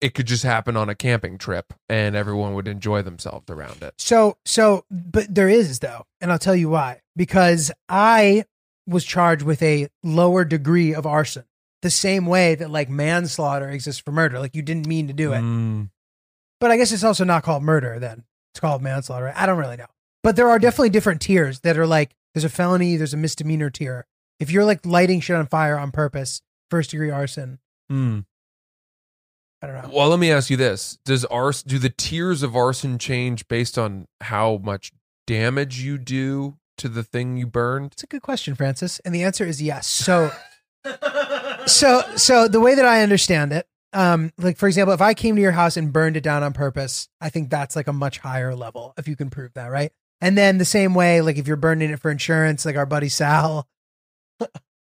Speaker 5: it could just happen on a camping trip and everyone would enjoy themselves around it.
Speaker 6: So so, but there is though, and I'll tell you why. Because I was charged with a lower degree of arson, the same way that like manslaughter exists for murder. Like you didn't mean to do it.
Speaker 5: Mm.
Speaker 6: But I guess it's also not called murder then. It's called manslaughter. right? I don't really know. But there are definitely different tiers that are like there's a felony, there's a misdemeanor tier. If you're like lighting shit on fire on purpose, first degree arson, I don't know.
Speaker 5: Well, let me ask you this: Does arson do the tiers of arson change based on how much damage you do to the thing you burned?
Speaker 6: It's a good question, Francis. And the answer is yes. So so so the way that I understand it, um, like for example, if I came to your house and burned it down on purpose, I think that's like a much higher level if you can prove that, right? And then the same way, like if you're burning it for insurance, like our buddy Sal,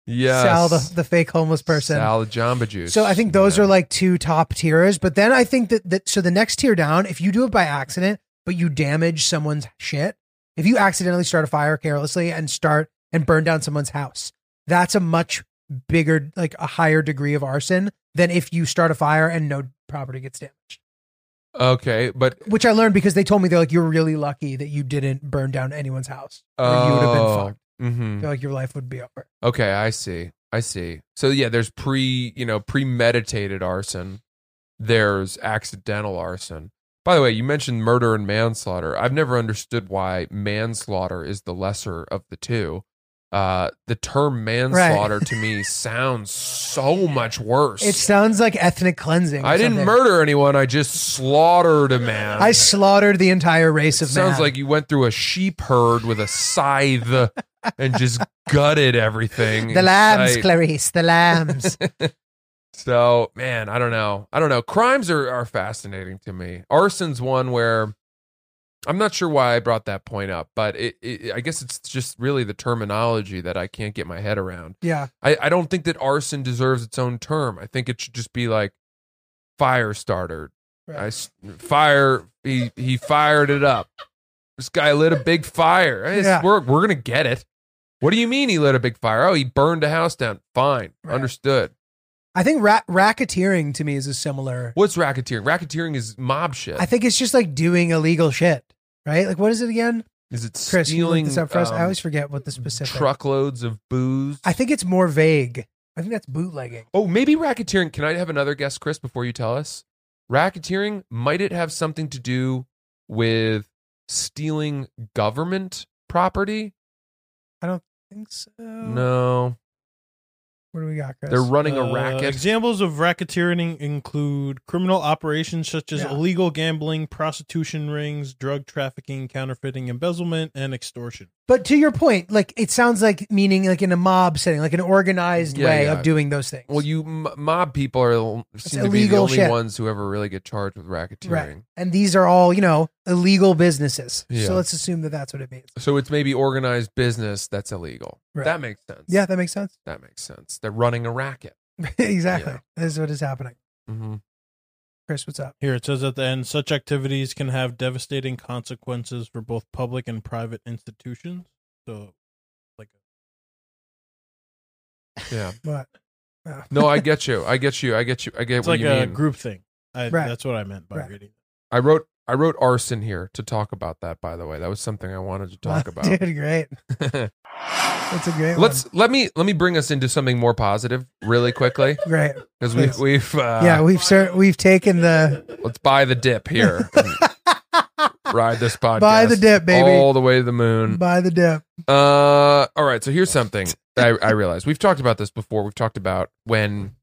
Speaker 5: Yes.
Speaker 6: Sal the, the fake homeless person.
Speaker 5: Sal the Jamba Juice.
Speaker 6: So I think those
Speaker 5: Yeah.
Speaker 6: are like two top tiers. But then I think that, that so the next tier down, if you do it by accident, but you damage someone's shit, if you accidentally start a fire carelessly and start and burn down someone's house, that's a much bigger, like a higher degree of arson than if you start a fire and no property gets damaged.
Speaker 5: okay, but
Speaker 6: Which I learned because they told me they're like, you're really lucky that you didn't burn down anyone's house. Or you would have been
Speaker 5: oh,
Speaker 6: fucked.
Speaker 5: mhm.
Speaker 6: They're like your life would be over.
Speaker 5: okay, I see, I see. So yeah, there's pre, you know, premeditated arson. There's accidental arson. By the way, you mentioned murder and manslaughter. I've never understood why manslaughter is the lesser of the two. Uh, the term manslaughter to me sounds so much worse.
Speaker 6: It sounds like ethnic cleansing. or
Speaker 5: I didn't
Speaker 6: something.
Speaker 5: murder anyone. I just slaughtered a man.
Speaker 6: I slaughtered the entire race of
Speaker 5: Sounds
Speaker 6: man.
Speaker 5: like you went through a sheep herd with a scythe and just gutted everything.
Speaker 6: The
Speaker 5: in
Speaker 6: lambs,
Speaker 5: sight.
Speaker 6: Clarice. The lambs.
Speaker 5: So, man, I don't know. I don't know. Crimes are, are fascinating to me. Arson's one where I'm not sure why I brought that point up, but it, it, I guess it's just really the terminology that I can't get my head around.
Speaker 6: yeah.
Speaker 5: I, I don't think that arson deserves its own term. I think it should just be like fire starter
Speaker 6: Right.
Speaker 5: I s- fire. He he fired it up. This guy lit a big fire. Hey,
Speaker 6: Yeah.
Speaker 5: We're we're gonna get it. What do you mean he lit a big fire? Oh, he burned a house down. Fine,
Speaker 6: Right.
Speaker 5: understood.
Speaker 6: I think ra- racketeering to me is a similar.
Speaker 5: What's racketeering? Racketeering is mob shit.
Speaker 6: I think it's just like doing illegal shit, right? Like what is it again?
Speaker 5: is it
Speaker 6: Chris, you
Speaker 5: stealing
Speaker 6: looked this up for us.
Speaker 5: um,
Speaker 6: I always forget what the specific.
Speaker 5: truckloads of booze?
Speaker 6: I think it's more vague. I think that's bootlegging.
Speaker 5: oh, maybe racketeering. Can I have another guess, Chris, before you tell us? Racketeering might it have something to do with stealing government property?
Speaker 6: I think so.
Speaker 5: No,
Speaker 6: What do we got, Chris?
Speaker 5: they're running
Speaker 7: Uh,
Speaker 5: a racket.
Speaker 7: Examples of racketeering include criminal operations such as
Speaker 6: Yeah.
Speaker 7: illegal gambling, prostitution rings, drug trafficking, counterfeiting, embezzlement, and extortion.
Speaker 6: But to your point, like it sounds like meaning like in a mob setting, like an organized
Speaker 5: Yeah,
Speaker 6: way
Speaker 5: yeah.
Speaker 6: of doing those things.
Speaker 5: Well, you m- mob people are l- seem to be the
Speaker 6: illegal
Speaker 5: only
Speaker 6: shit.
Speaker 5: ones who ever really get charged with racketeering.
Speaker 6: right? And these are all you know illegal businesses.
Speaker 5: Yeah.
Speaker 6: So let's assume that that's what it means.
Speaker 5: So it's maybe organized business that's illegal.
Speaker 6: Right.
Speaker 5: That makes sense.
Speaker 6: Yeah, that makes sense.
Speaker 5: that makes sense. They're running a racket.
Speaker 6: exactly.
Speaker 5: Yeah.
Speaker 6: This is what is happening.
Speaker 5: hmm
Speaker 6: Chris, what's up?
Speaker 7: Here it says at the end such activities can have devastating consequences for both public and private institutions. So, like,
Speaker 5: Yeah.
Speaker 6: What? Oh.
Speaker 5: No, I get you. I get you. I get you. I get
Speaker 7: it's
Speaker 5: what
Speaker 7: like
Speaker 5: you
Speaker 7: a
Speaker 5: mean.
Speaker 7: group thing. I,
Speaker 6: Right.
Speaker 7: That's what I meant by
Speaker 6: Right.
Speaker 7: reading.
Speaker 5: I wrote. I wrote arson here to talk about that. By the way, that was something I wanted to talk
Speaker 6: Wow,
Speaker 5: about.
Speaker 6: Dude, great. That's a great.
Speaker 5: Let's let me let me bring us into something more positive really quickly
Speaker 6: one. great.
Speaker 5: because we've
Speaker 6: Please.
Speaker 5: we've uh,
Speaker 6: yeah, we've cer- we've taken the
Speaker 5: let's buy the dip here. Ride this podcast.
Speaker 6: Buy the dip, baby.
Speaker 5: All the way to the moon.
Speaker 6: by the dip.
Speaker 5: Uh, all right. So here's something that I, I realized. We've talked about this before. We've talked about when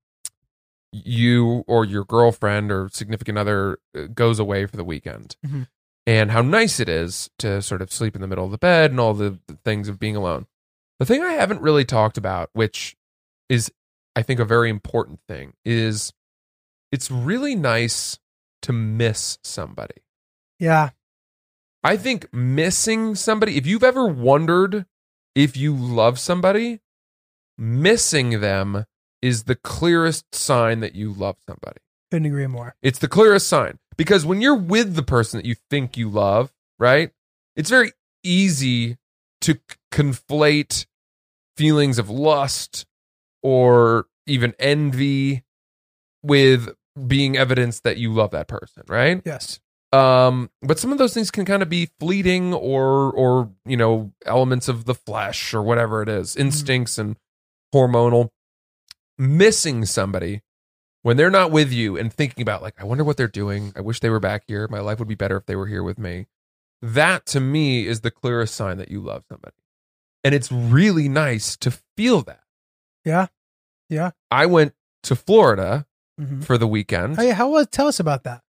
Speaker 5: you or your girlfriend or significant other uh, goes away for the weekend
Speaker 6: Mhm.
Speaker 5: and how nice it is to sort of sleep in the middle of the bed and all the, the things of being alone. The thing I haven't really talked about, which is, I think, a very important thing, is it's really nice to miss somebody.
Speaker 6: Yeah,
Speaker 5: I think missing somebody, if you've ever wondered if you love somebody, missing them is the clearest sign that you love somebody.
Speaker 6: couldn't agree more.
Speaker 5: It's the clearest sign because when you're with the person that you think you love, right? It's very easy to c- conflate feelings of lust or even envy with being evidence that you love that person, right?
Speaker 6: Yes.
Speaker 5: um but some of those things can kind of be fleeting or or you know elements of the flesh or whatever it
Speaker 6: Mm-hmm.
Speaker 5: is instincts and hormonal missing somebody when they're not with you and thinking about like i wonder what they're doing i wish they were back here my life would be better if they were here with me that to me is the clearest sign that you love somebody and it's really nice to feel that
Speaker 6: Yeah. Yeah.
Speaker 5: i went to florida
Speaker 6: hmm
Speaker 5: for the weekend
Speaker 6: Oh, yeah. How was? Tell us about that.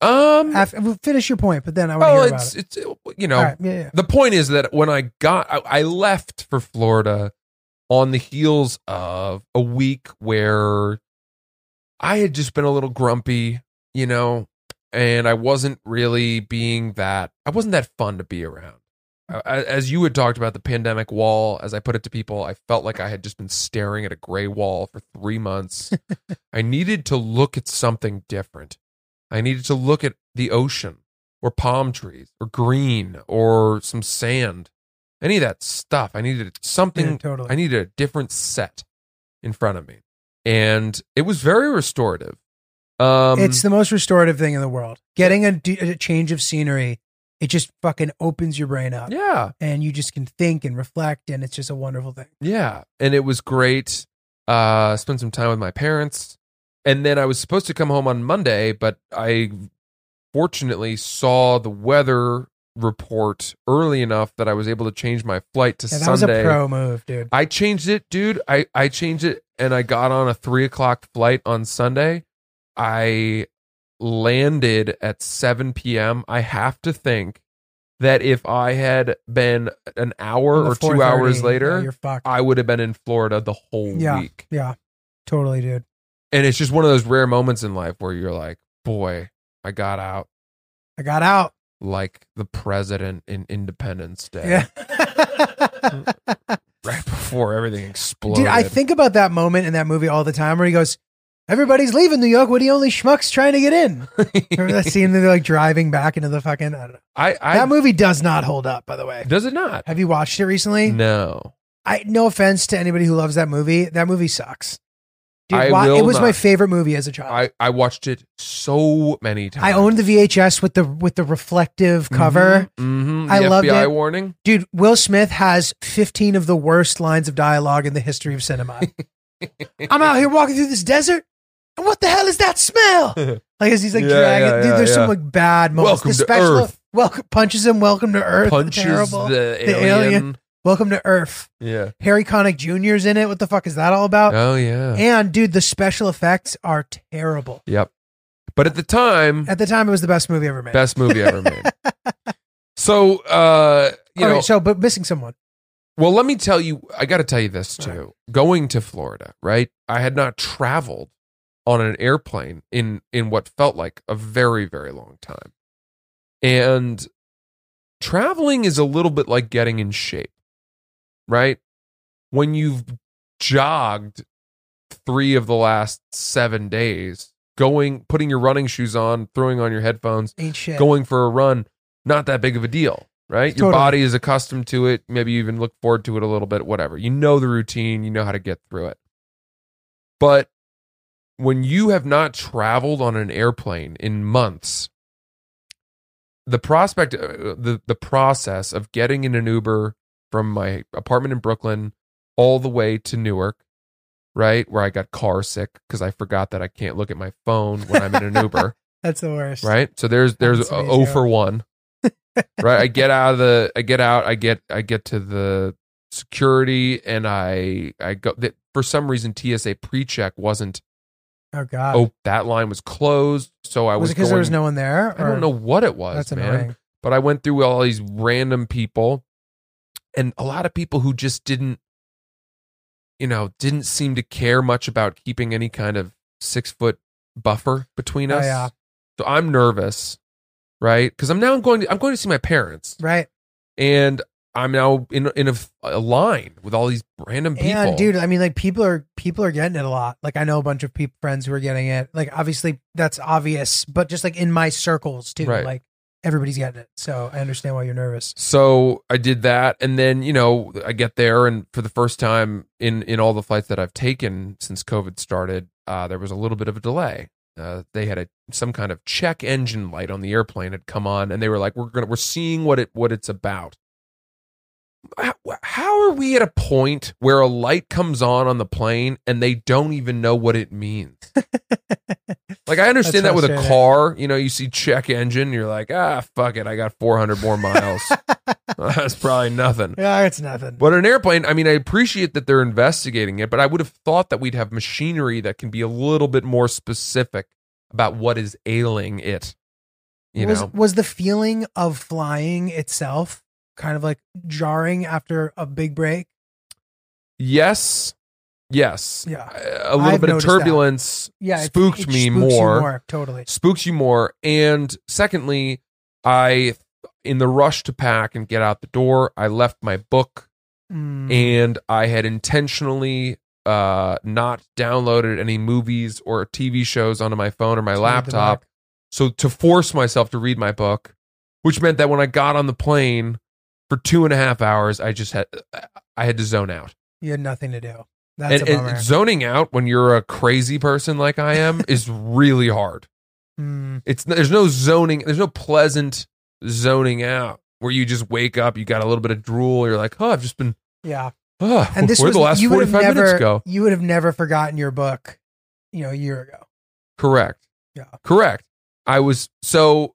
Speaker 5: um
Speaker 6: After, well, finish your point, but then I want to
Speaker 5: well,
Speaker 6: hear about
Speaker 5: Oh, it's
Speaker 6: it.
Speaker 5: it's you know
Speaker 6: All right. Yeah. yeah.
Speaker 5: the point is that when I got, I, I left for Florida on the heels of a week where I had just been a little grumpy, you know, and I wasn't really being that, I wasn't that fun to be around. I- I- Uh, As you had talked about the pandemic wall, as I put it to people, I felt like I had just been staring at a gray wall for three months. I needed to look at something different. I needed to look at the ocean or palm trees or green or some sand, any of that stuff. I needed something.
Speaker 6: Yeah, totally.
Speaker 5: I needed a different set in front of me, and it was very restorative. Um,
Speaker 6: it's the most restorative thing in the world. Getting a, d- a change of scenery, it just fucking opens your brain up,
Speaker 5: yeah,
Speaker 6: and you just can think and reflect, and it's just a wonderful thing.
Speaker 5: yeah, and it was great. Uh, spent some time with my parents, and then I was supposed to come home on Monday, but I fortunately saw the weather report early enough that I was able to change my flight to
Speaker 6: Yeah, that was
Speaker 5: Sunday.
Speaker 6: a pro move, dude.
Speaker 5: I changed it, dude. I, I changed it and I got on a three o'clock flight on Sunday. I landed at 7 p.m. I have to think that if I had been an hour or two hours
Speaker 6: 4:30, yeah, you're
Speaker 5: later,
Speaker 6: fucked.
Speaker 5: I would have been in Florida the whole
Speaker 6: Yeah.
Speaker 5: week.
Speaker 6: yeah, totally, dude.
Speaker 5: And it's just one of those rare moments in life where you're like, boy, I got out
Speaker 6: I got out.
Speaker 5: like the president in Independence Day
Speaker 6: Yeah.
Speaker 5: right before everything exploded.
Speaker 6: Dude, I think about that moment in that movie all the time where he goes, everybody's leaving New York. What are the only schmucks trying to get in? Remember that scene that they're like driving back into the fucking. I don't know.
Speaker 5: I, I
Speaker 6: that movie does not hold up, by the way.
Speaker 5: does it not?
Speaker 6: Have you watched it recently?
Speaker 5: No.
Speaker 6: I no offense to anybody who loves that movie. That movie sucks.
Speaker 5: I
Speaker 6: why-
Speaker 5: will
Speaker 6: it was my
Speaker 5: not.
Speaker 6: favorite movie as a child.
Speaker 5: I, I watched it so many times.
Speaker 6: I owned the VHS with the with the reflective
Speaker 5: Mm-hmm.
Speaker 6: cover.
Speaker 5: Mhm, mhm,
Speaker 6: I
Speaker 5: the
Speaker 6: loved
Speaker 5: FBI
Speaker 6: it.
Speaker 5: warning.
Speaker 6: Dude, Will Smith has 15 of the worst lines of dialogue in the history of cinema. I'm out here walking through this desert, and what the hell is that smell? Like as he's like
Speaker 5: Yeah,
Speaker 6: dragging,
Speaker 5: yeah,
Speaker 6: dude,
Speaker 5: yeah,
Speaker 6: there's some
Speaker 5: yeah.
Speaker 6: like bad moments.
Speaker 5: Welcome
Speaker 6: the
Speaker 5: to
Speaker 6: special
Speaker 5: Earth.
Speaker 6: welcome punches him. Welcome to Earth.
Speaker 5: Punches
Speaker 6: Terrible.
Speaker 5: the
Speaker 6: The alien.
Speaker 5: alien.
Speaker 6: Welcome to Earth.
Speaker 5: Yeah.
Speaker 6: Harry Connick Jr.'s in it. What the fuck is that all about?
Speaker 5: Oh yeah.
Speaker 6: And dude, the special effects are terrible.
Speaker 5: yep. But at the time,
Speaker 6: At the time, it was the best movie ever made.
Speaker 5: best movie ever made. So uh, you
Speaker 6: All right,
Speaker 5: know,
Speaker 6: so but missing someone.
Speaker 5: Well, let me tell you, I got to tell you this too.
Speaker 6: All
Speaker 5: Going to Florida, right? I had not traveled on an airplane in in what felt like a very very long time. And traveling is a little bit like getting in shape. Right? When you've jogged 3 of the last 7 days, going putting your running shoes on, throwing on your headphones,
Speaker 6: Ain't shit.
Speaker 5: going for a run not that big of a deal right your
Speaker 6: Totally.
Speaker 5: body is accustomed to it maybe you even look forward to it a little bit whatever you know the routine you know how to get through it but when you have not traveled on an airplane in months the prospect uh, the the process of getting in an uber from my apartment in brooklyn all the way to newark right where i got car sick because i forgot that i can't look at my phone when i'm in an uber
Speaker 6: That's the worst.
Speaker 5: right so there's there's
Speaker 6: Happens to
Speaker 5: a,
Speaker 6: me
Speaker 5: oh
Speaker 6: too.
Speaker 5: for one right i get out of the i get out i get i get to the security and i i go that for some reason tsa pre-check wasn't
Speaker 6: Oh god.
Speaker 5: oh that line was closed so i
Speaker 6: was,
Speaker 5: was,
Speaker 6: it because there
Speaker 5: going-
Speaker 6: was no one there?
Speaker 5: i don't know what it was
Speaker 6: That's
Speaker 5: man
Speaker 6: annoying.
Speaker 5: but i went through all these random people and a lot of people who just didn't you know didn't seem to care much about keeping any kind of six foot buffer between
Speaker 6: Oh,
Speaker 5: us
Speaker 6: yeah.
Speaker 5: so i'm nervous right because i'm now going to i'm going to see my parents
Speaker 6: Right.
Speaker 5: and i'm now in in a, a line with all these random people
Speaker 6: And dude, I mean, like people are people are getting it a lot. Like I know a bunch of peop friends who are getting it. Like obviously that's obvious, but just like in my circles too.
Speaker 5: Right.
Speaker 6: Like everybody's getting it. So I understand why you're nervous.
Speaker 5: So I did that, and then you know I get there, and for the first time in in all the flights that I've taken since COVID started, uh, there was a little bit of a delay. Uh, they had a some kind of check engine light on the airplane had come on, and they were like, "We're gonna we're seeing what it what it's about." How, how are we at a point where a light comes on on the plane and they don't even know what it means? Like I understand
Speaker 6: That's
Speaker 5: that with a
Speaker 6: frustrating.
Speaker 5: car, you know, you see check engine, you're like, ah, fuck it, I got 400 more miles. That's probably nothing.
Speaker 6: Yeah, it's nothing.
Speaker 5: But an airplane, I mean, I appreciate that they're investigating it, but I would have thought that we'd have machinery that can be a little bit more specific about what is ailing it. You
Speaker 6: was,
Speaker 5: know,
Speaker 6: was the feeling of flying itself kind of like jarring after a big break?
Speaker 5: yes, yes,
Speaker 6: Yeah.
Speaker 5: a little
Speaker 6: I've
Speaker 5: bit of
Speaker 6: noticed that.
Speaker 5: turbulence.
Speaker 6: Yeah, it-
Speaker 5: spooked
Speaker 6: it
Speaker 5: me
Speaker 6: spooks you
Speaker 5: more.
Speaker 6: Totally.
Speaker 5: spooks you more and secondly i in the rush to pack and get out the door i left my book
Speaker 6: Mm.
Speaker 5: and i had intentionally uh not downloaded any movies or tv shows onto my phone or my
Speaker 6: To read the
Speaker 5: laptop
Speaker 6: book.
Speaker 5: so to force myself to read my book which meant that when i got on the plane for two and a half hours i just had i had to zone out
Speaker 6: you had nothing to do. That's
Speaker 5: and,
Speaker 6: a
Speaker 5: and
Speaker 6: bummer.
Speaker 5: zoning out when you're a crazy person like i am is really hard
Speaker 6: Mm.
Speaker 5: it's there's no zoning there's no pleasant zoning out where you just wake up you got a little bit of drool you're like oh i've just been
Speaker 6: yeah,
Speaker 5: oh
Speaker 6: and this
Speaker 5: where
Speaker 6: was
Speaker 5: the last
Speaker 6: you would
Speaker 5: 45
Speaker 6: have never
Speaker 5: minutes go
Speaker 6: you would have never forgotten your book, you know, a year ago.
Speaker 5: correct
Speaker 6: Yeah.
Speaker 5: correct i was so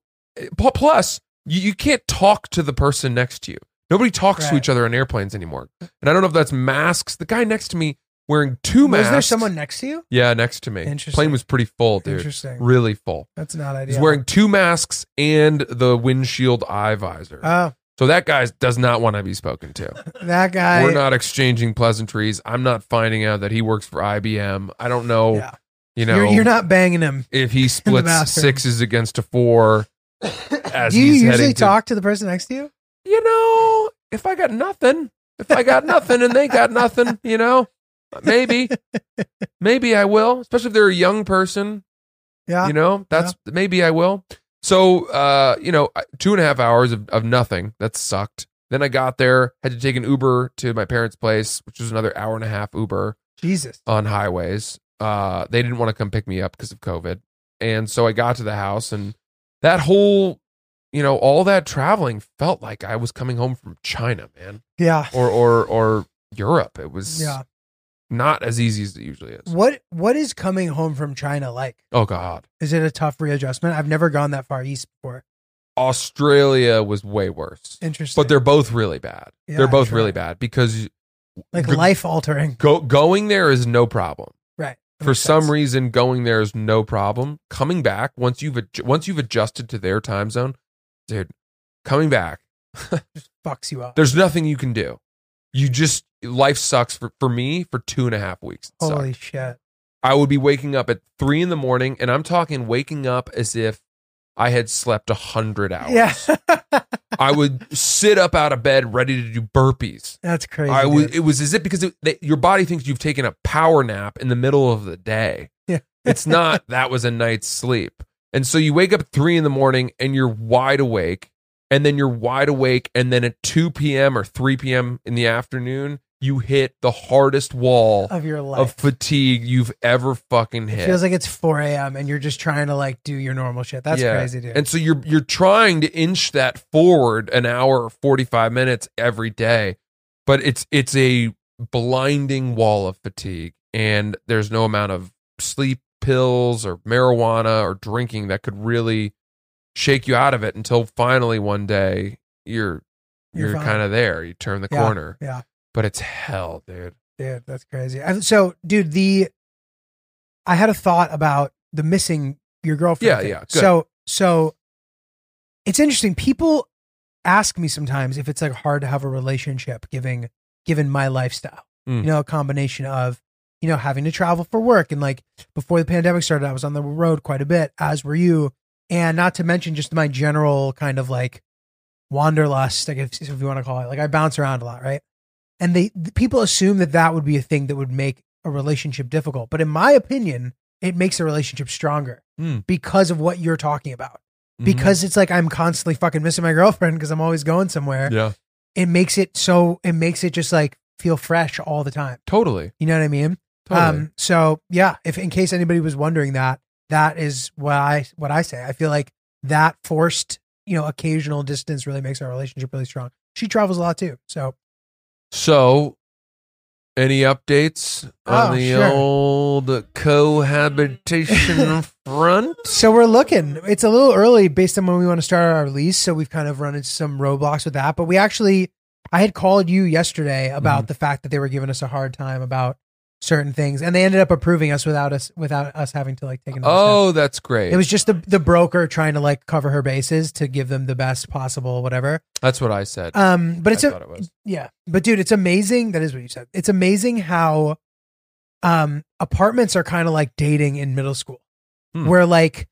Speaker 5: pu- plus you, you can't talk to the person next to you nobody talks to
Speaker 6: Right.
Speaker 5: each other on airplanes anymore and i don't know if that's masks the guy next to me wearing two masks
Speaker 6: Was there someone next to you?
Speaker 5: yeah next to me
Speaker 6: Interesting.
Speaker 5: plane was pretty full dude
Speaker 6: Interesting.
Speaker 5: really full
Speaker 6: That's not ideal.
Speaker 5: he's wearing two masks and the windshield eye visor
Speaker 6: Oh,
Speaker 5: So that guy does not want to be spoken to.
Speaker 6: that guy.
Speaker 5: We're not exchanging pleasantries. I'm not finding out that he works for IBM. I don't know,
Speaker 6: Yeah.
Speaker 5: you know,
Speaker 6: you're, you're not banging him.
Speaker 5: if he
Speaker 6: bathroom.
Speaker 5: splits sixes against a four as
Speaker 6: do you
Speaker 5: he's
Speaker 6: usually
Speaker 5: heading
Speaker 6: talk to the person next to you?
Speaker 5: to, you know, if I got nothing, if I got nothing and they got nothing, you know, maybe, maybe I will, especially if they're a young person.
Speaker 6: Yeah.
Speaker 5: you know, that's maybe I will. So, uh, you know, I- two and a half hours of, of nothing. That sucked. Then I got there, had to take an Uber to my parents' place, which was another hour and a half Uber
Speaker 6: Jesus.
Speaker 5: on highways. Uh, they didn't want to come pick me up because of COVID. And so I got to the house, and that whole, you know, all that traveling felt like I was coming home from China, man,
Speaker 6: Yeah.
Speaker 5: or or or Europe. It was
Speaker 6: Yeah.
Speaker 5: not as easy as it usually is.
Speaker 6: What What is coming home from China like?
Speaker 5: Oh God,
Speaker 6: Is it a tough readjustment? I've never gone that far east before.
Speaker 5: Australia was way worse.
Speaker 6: Interesting.
Speaker 5: But they're both really bad.
Speaker 6: Yeah,
Speaker 5: they're both
Speaker 6: sure.
Speaker 5: really bad because
Speaker 6: like
Speaker 5: the-
Speaker 6: life altering,
Speaker 5: go, going there is no problem.
Speaker 6: right? That
Speaker 5: For
Speaker 6: makes
Speaker 5: some
Speaker 6: sense.
Speaker 5: reason, going there is no problem. Coming back once you've adj- once you've adjusted to their time zone, dude, coming back,
Speaker 6: fucks you up.
Speaker 5: there's nothing you can do. You just life sucks for, for me for two and a half weeks. It sucked.
Speaker 6: Holy shit!
Speaker 5: I would be waking up at three in the morning, and I'm talking waking up as if I had slept a hundred hours.
Speaker 6: Yeah,
Speaker 5: I would sit up out of bed ready to do burpees.
Speaker 6: that's crazy.
Speaker 5: I was.
Speaker 6: dude.
Speaker 5: It was as if because it, that your body thinks you've taken a power nap in the middle of the day.
Speaker 6: Yeah.
Speaker 5: it's not that was a night's sleep, and so you wake up at three in the morning and you're wide awake, and then you're wide awake, and then at two p.m. or three p.m. in the afternoon, you hit the hardest wall
Speaker 6: of your life.
Speaker 5: of fatigue you've ever fucking hit.
Speaker 6: It feels like it's 4 a.m. and you're just trying to like do your normal shit. That's
Speaker 5: Yeah.
Speaker 6: crazy, dude.
Speaker 5: And so you're you're trying to inch that forward an hour or 45 minutes every day, but it's it's a blinding wall of fatigue and there's no amount of sleep pills or marijuana or drinking that could really shake you out of it until finally one day you're
Speaker 6: You're
Speaker 5: you're,
Speaker 6: fine.
Speaker 5: kind of there, you turn the
Speaker 6: Yeah.
Speaker 5: corner.
Speaker 6: yeah,
Speaker 5: But it's hell, dude.
Speaker 6: dude, that's crazy. I, so, dude, the I had a thought about the missing your girlfriend.
Speaker 5: Yeah,
Speaker 6: thing.
Speaker 5: yeah, good.
Speaker 6: So, so it's interesting. People ask me sometimes if it's like hard to have a relationship, giving given my lifestyle.
Speaker 5: Mm.
Speaker 6: You know, a combination of you know having to travel for work and like before the pandemic started, I was on the road quite a bit, as were you, and not to mention just my general kind of like wanderlust, like if, if you want to call it. Like I bounce around a lot, right? And they the people assume that that would be a thing that would make a relationship difficult, but in my opinion, it makes a relationship stronger
Speaker 5: Hmm.
Speaker 6: because of what you're talking about.
Speaker 5: Mhm.
Speaker 6: Because it's like I'm constantly fucking missing my girlfriend because I'm always going somewhere.
Speaker 5: Yeah.
Speaker 6: It makes it so it makes it just like feel fresh all the time.
Speaker 5: Totally.
Speaker 6: You know what I mean?
Speaker 5: Totally.
Speaker 6: Um, so yeah, if in case anybody was wondering that, that is what I what I say. I feel like that forced, you know, occasional distance really makes our relationship really strong. She travels a lot too, so
Speaker 5: So, any updates on
Speaker 6: Oh,
Speaker 5: the
Speaker 6: sure.
Speaker 5: old cohabitation front?
Speaker 6: so we're looking. It's a little early based on when we want to start our release, so we've kind of run into some roadblocks with that. But we actually, I had called you yesterday about
Speaker 5: Mm-hmm.
Speaker 6: the fact that they were giving us a hard time about certain things, and they ended up approving us without us without us having to like take an
Speaker 5: Oh, that's great.
Speaker 6: It was just the the broker trying to like cover her bases to give them the best possible whatever.
Speaker 5: that's what I said.
Speaker 6: Um, but it's
Speaker 5: I
Speaker 6: a
Speaker 5: thought it was.
Speaker 6: yeah. But dude, it's amazing. That is what you said. It's amazing how um apartments are kind of like dating in middle school,
Speaker 5: Hmm.
Speaker 6: where like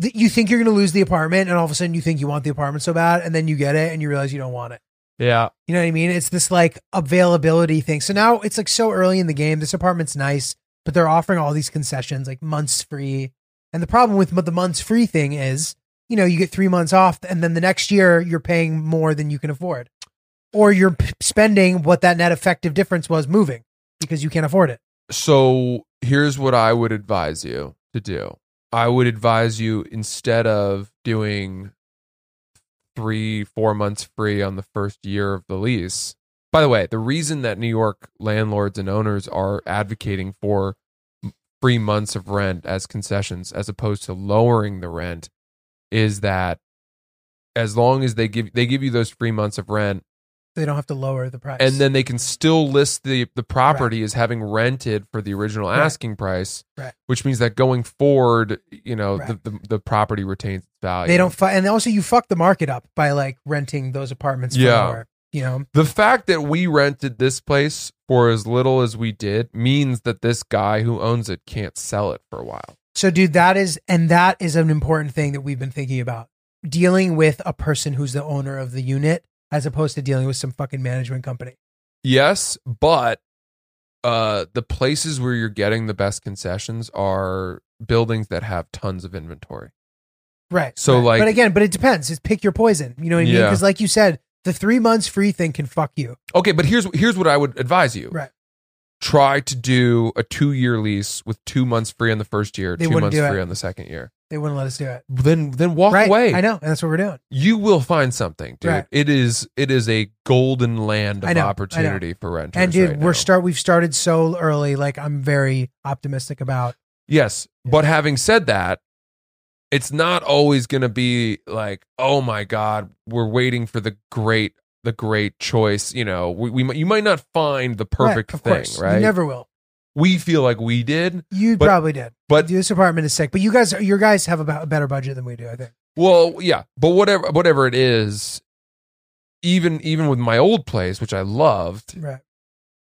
Speaker 6: th- you think you're going to lose the apartment, and all of a sudden you think you want the apartment so bad, and then you get it, and you realize you don't want it.
Speaker 5: Yeah.
Speaker 6: You know what I mean? It's this like availability thing. So now it's like so early in the game. This apartment's nice, but they're offering all these concessions, like months free. And the problem with the months free thing is, you know, you get three months off, and then the next year you're paying more than you can afford, or you're p- spending what that net effective difference was moving because you can't afford it.
Speaker 5: So, here's what I would advise you to do I would advise you instead of doing three, four months free on the first year of the lease. By the way, the reason that New York landlords and owners are advocating for free months of rent as concessions as opposed to lowering the rent is that as long as they give they give you those free months of rent
Speaker 6: They don't have to lower the price.
Speaker 5: and then they can still list the the property as having rented for the original
Speaker 6: Right.
Speaker 5: asking price
Speaker 6: Right.
Speaker 5: which means that going forward you know
Speaker 6: Right.
Speaker 5: the, the the property retains its value
Speaker 6: they don't, fu- and also you fuck the market up by like renting those apartments. For
Speaker 5: Yeah.
Speaker 6: lower, you know,
Speaker 5: the fact that we rented this place for as little as we did means that this guy who owns it can't sell it for a while
Speaker 6: So, dude, that is, and that is an important thing that we've been thinking about dealing with a person who's the owner of the unit as opposed to dealing with some fucking management company.
Speaker 5: Yes, but uh, the places where you're getting the best concessions are buildings that have tons of inventory.
Speaker 6: Right.
Speaker 5: So,
Speaker 6: right.
Speaker 5: like-
Speaker 6: but again, but it depends. It's pick your poison. You know what I mean?
Speaker 5: Yeah.
Speaker 6: Because like you said, the three months free thing can fuck you.
Speaker 5: Okay, but here's here's what I would advise you.
Speaker 6: Right.
Speaker 5: Try to do a two year lease with two months free on the first year,
Speaker 6: They
Speaker 5: two
Speaker 6: wouldn't
Speaker 5: months
Speaker 6: do it.
Speaker 5: free on the second year.
Speaker 6: They wouldn't let us do it.
Speaker 5: Then then walk
Speaker 6: right.
Speaker 5: away.
Speaker 6: I know, and that's what we're doing.
Speaker 5: You will find something, dude.
Speaker 6: Right.
Speaker 5: It is it is a golden land
Speaker 6: I
Speaker 5: of
Speaker 6: know, I know.
Speaker 5: opportunity for renters.
Speaker 6: And dude,
Speaker 5: right
Speaker 6: we're
Speaker 5: now.
Speaker 6: start. We've started so early. Like I'm very optimistic about.
Speaker 5: Yes. But having said that, it's not always going to be like, oh my God, we're waiting for the great, the great choice. You know, we, we might- you might not find the perfect
Speaker 6: Right, of
Speaker 5: thing,
Speaker 6: course.
Speaker 5: right?
Speaker 6: You never will.
Speaker 5: we feel like we did.
Speaker 6: You
Speaker 5: But-
Speaker 6: probably did.
Speaker 5: but-
Speaker 6: this apartment is sick. But you guys, your guys have about a better budget than we do. I think.
Speaker 5: Well, yeah, but whatever, whatever it is, even even with my old place, which I loved,
Speaker 6: Right.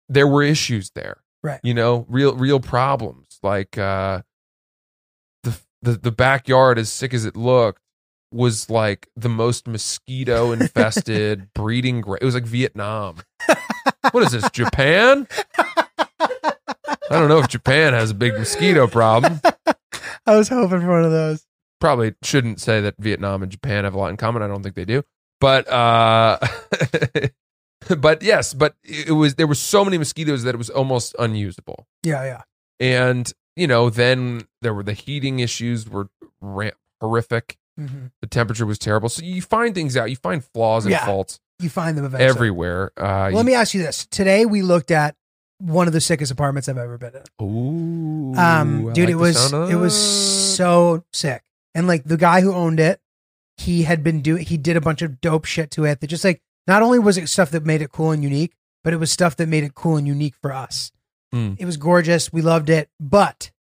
Speaker 5: there were issues there.
Speaker 6: Right.
Speaker 5: You know, real real problems like uh the the the backyard as sick as it looked was like the most mosquito infested breeding gra- it was like Vietnam. what is this? Japan? I don't know if Japan has a big mosquito problem.
Speaker 6: I was hoping for one of those.
Speaker 5: Probably shouldn't say that Vietnam and Japan have a lot in common. I don't think they do. But uh but yes, but it was there were so many mosquitoes that it was almost unusable.
Speaker 6: Yeah, yeah.
Speaker 5: and you know then there were the heating issues were ram- horrific
Speaker 6: hmm
Speaker 5: the temperature was terrible so you find things out you find flaws and
Speaker 6: Yeah,
Speaker 5: faults
Speaker 6: You find them eventually.
Speaker 5: everywhere uh
Speaker 6: Let me ask you this. Today we looked at one of the sickest apartments I've ever been in.
Speaker 5: you- Ooh,
Speaker 6: um
Speaker 5: I
Speaker 6: dude
Speaker 5: like
Speaker 6: it
Speaker 5: the
Speaker 6: was
Speaker 5: sound
Speaker 6: it was
Speaker 5: of-
Speaker 6: so sick and like the guy who owned it he had been doing he did a bunch of dope shit to it that just like not only was it stuff that made it cool and unique but it was stuff that made it cool and unique for us
Speaker 5: Mm.
Speaker 6: it was gorgeous we loved it but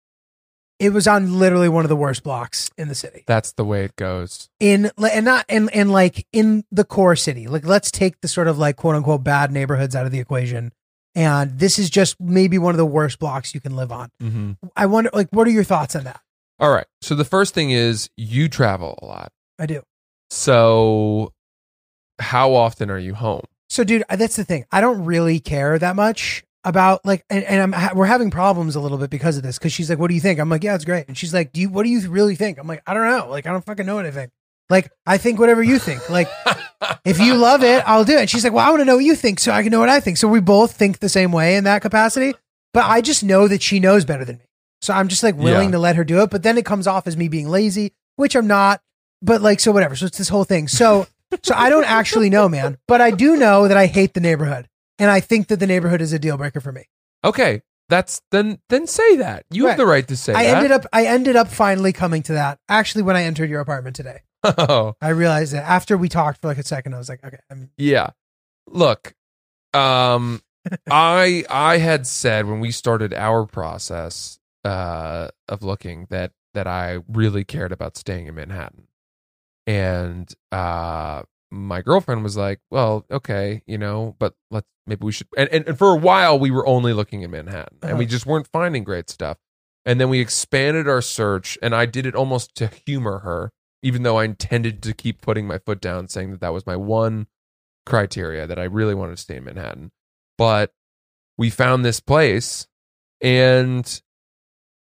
Speaker 6: it was on literally one of the worst blocks in the city
Speaker 5: that's the way it goes
Speaker 6: in and not and and like in the core city like let's take the sort of like quote unquote bad neighborhoods out of the equation and this is just maybe one of the worst blocks you can live on
Speaker 5: Mhm.
Speaker 6: i wonder like what are your thoughts on that
Speaker 5: All right so the first thing is you travel a lot
Speaker 6: i do
Speaker 5: so how often are you home
Speaker 6: So, dude, that's the thing. I don't really care that much about like, and, and I'm ha- we're having problems a little bit because of this. Because she's like, "What do you think?" I'm like, "Yeah, it's great." And she's like, "Do you? What do you really think?" I'm like, "I don't know. Like, I don't fucking know what I think. Like, I think whatever you think. Like, if you love it, I'll do it." And she's like, "Well, I want to know what you think, so I can know what I think." So we both think the same way in that capacity. But I just know that she knows better than me, so I'm just like willing
Speaker 5: Yeah.
Speaker 6: to let her do it. But then it comes off as me being lazy, which I'm not. But like, so whatever. So it's this whole thing. So. So I don't actually know, man, but I do know that I hate the neighborhood, and I think that the neighborhood is a deal breaker for me.
Speaker 5: okay that's then then say that you have
Speaker 6: Right.
Speaker 5: the right to say
Speaker 6: I
Speaker 5: that
Speaker 6: ended up, I ended up finally coming to that. Actually, when I entered your apartment today,
Speaker 5: oh
Speaker 6: I realized that after we talked for like a second, I was like, okay, I'm,
Speaker 5: Yeah. Look, um I I had said when we started our process uh of looking that that I really cared about staying in Manhattan. And uh my girlfriend was like, "Well, okay, you know, but let's maybe we should." And and, and for a while we were only looking in Manhattan, and we
Speaker 6: Uh-huh.
Speaker 5: just weren't finding great stuff. And then we expanded our search, and I did it almost to humor her, even though I intended to keep putting my foot down, saying that that was my one criteria that I really wanted to stay in Manhattan. But we found this place, and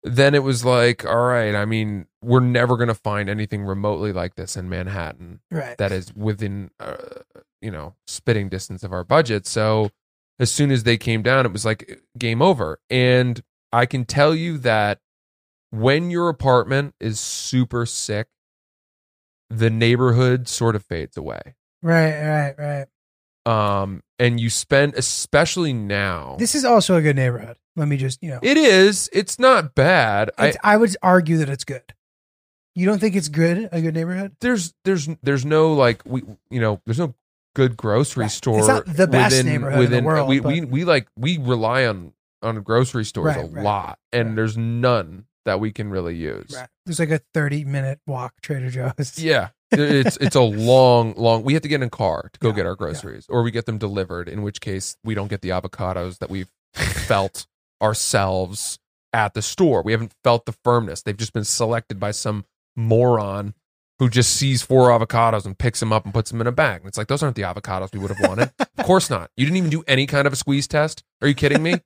Speaker 5: then it was like, all right, I mean, we're never going to find anything remotely like this in Manhattan
Speaker 6: right.
Speaker 5: that is within uh, you know spitting distance of our budget so as soon as they came down it was like game over and i can tell you that when your apartment is super sick the neighborhood sort of fades away
Speaker 6: right, right, right.
Speaker 5: um and you spend especially now
Speaker 6: This is also a good neighborhood. Let me just, you know,
Speaker 5: it is it's not bad I,
Speaker 6: it's, I, would argue that it's good. You don't think it's good, a good neighborhood?
Speaker 5: there's there's there's no like we you know there's no good grocery
Speaker 6: Right. It's
Speaker 5: store
Speaker 6: not the best neighborhood in the world,
Speaker 5: we,
Speaker 6: but-
Speaker 5: we we like we rely on on grocery stores
Speaker 6: Right,
Speaker 5: a
Speaker 6: right,
Speaker 5: lot and
Speaker 6: right.
Speaker 5: there's none that we can really use
Speaker 6: There's like a 30 minute walk, Trader Joe's.
Speaker 5: yeah it's it's a long long we have to get in a car to go
Speaker 6: Yeah,
Speaker 5: get our groceries or we get them delivered in which case we don't get the avocados that we've felt ourselves at the store we haven't felt the firmness they've just been selected by some moron who just sees four avocados and picks them up and puts them in a bag. And it's like, those aren't the avocados we would have wanted. of course not. You didn't even do any kind of a squeeze test. Are you kidding me?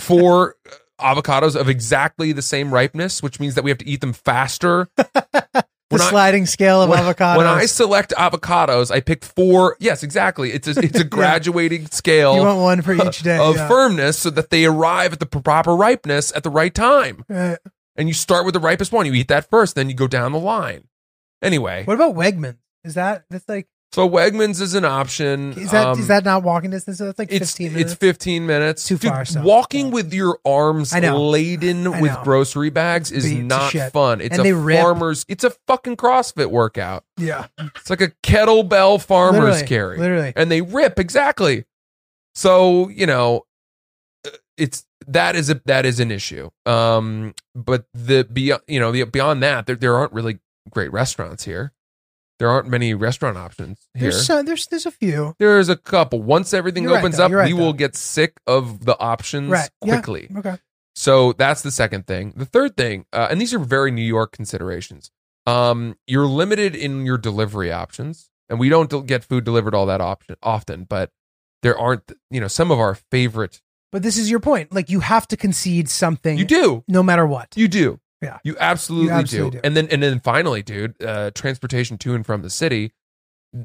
Speaker 5: four uh, avocados of exactly the same ripeness, which means that we have to eat them faster.
Speaker 6: the
Speaker 5: When I-
Speaker 6: sliding scale of
Speaker 5: when,
Speaker 6: avocados.
Speaker 5: when I select avocados, I pick four. Yes, exactly. It's a, it's a graduating scale
Speaker 6: you want one for each day.
Speaker 5: of
Speaker 6: yeah.
Speaker 5: firmness so that they arrive at the p- proper ripeness at the right time.
Speaker 6: Right.
Speaker 5: And you start with the ripest one. You eat that first, then you go down the line. Anyway,
Speaker 6: What about Wegman? Is that that's like
Speaker 5: so Wegmans is an option.
Speaker 6: is that is
Speaker 5: Um,
Speaker 6: that not walking distance? So that's like
Speaker 5: it's
Speaker 6: fifteen minutes.
Speaker 5: it's 15 minutes.
Speaker 6: Too
Speaker 5: Dude,
Speaker 6: far south.
Speaker 5: Walking
Speaker 6: Yeah.
Speaker 5: with your arms
Speaker 6: I know.
Speaker 5: laden
Speaker 6: I
Speaker 5: with
Speaker 6: know.
Speaker 5: grocery bags is
Speaker 6: Beats the
Speaker 5: not
Speaker 6: shit.
Speaker 5: fun. It's
Speaker 6: And they
Speaker 5: a
Speaker 6: rip.
Speaker 5: farmer's. It's a fucking CrossFit workout.
Speaker 6: yeah,
Speaker 5: It's like a kettlebell farmer's
Speaker 6: Literally,
Speaker 5: carry.
Speaker 6: literally.
Speaker 5: And they rip exactly. So, you know, uh, it's that is a that is an issue. Um but the beyond you know, the beyond that there there aren't really great restaurants here. There aren't many restaurant options here.
Speaker 6: There's some, there's there's a few.
Speaker 5: there is a couple. Once everything
Speaker 6: You're right,
Speaker 5: opens
Speaker 6: though.
Speaker 5: up,
Speaker 6: You're right,
Speaker 5: we will
Speaker 6: though.
Speaker 5: get sick of the options
Speaker 6: Right. Yeah.
Speaker 5: quickly.
Speaker 6: Okay.
Speaker 5: So that's the second thing. The third thing, uh, and these are very New York considerations. Um, you're limited in your delivery options, and we don't del- get food delivered all that option often. But there aren't, you know, some of our favorite.
Speaker 6: But this is your point. Like you have to concede something
Speaker 5: You do,
Speaker 6: no matter what.
Speaker 5: you do,
Speaker 6: Yeah.
Speaker 5: you absolutely,
Speaker 6: You absolutely
Speaker 5: do.
Speaker 6: do.
Speaker 5: And then, and then finally, dude, uh, transportation to and from the city.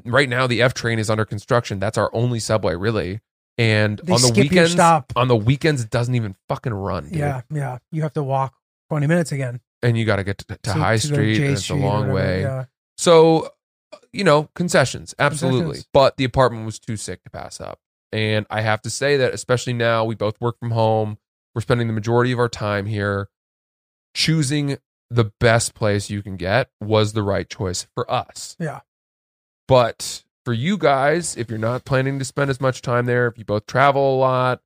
Speaker 5: Right now, the F train is under construction. That's our only subway, really. And
Speaker 6: They
Speaker 5: on the
Speaker 6: skip your
Speaker 5: weekends,
Speaker 6: stop.
Speaker 5: on the weekends, it doesn't even fucking run. Dude.
Speaker 6: yeah, yeah. You have to walk twenty minutes again
Speaker 5: and you got to get to, to High
Speaker 6: go to
Speaker 5: Street,
Speaker 6: J
Speaker 5: and it's
Speaker 6: Street
Speaker 5: a
Speaker 6: or
Speaker 5: long
Speaker 6: whatever,
Speaker 5: way.
Speaker 6: yeah.
Speaker 5: So, you know, concessions, absolutely.
Speaker 6: Concessions.
Speaker 5: But the apartment was too sick to pass up. And I have to say that, especially now, we both work from home. We're spending the majority of our time here. Choosing the best place you can get was the right choice for us.
Speaker 6: Yeah.
Speaker 5: But for you guys, if you're not planning to spend as much time there, if you both travel a lot,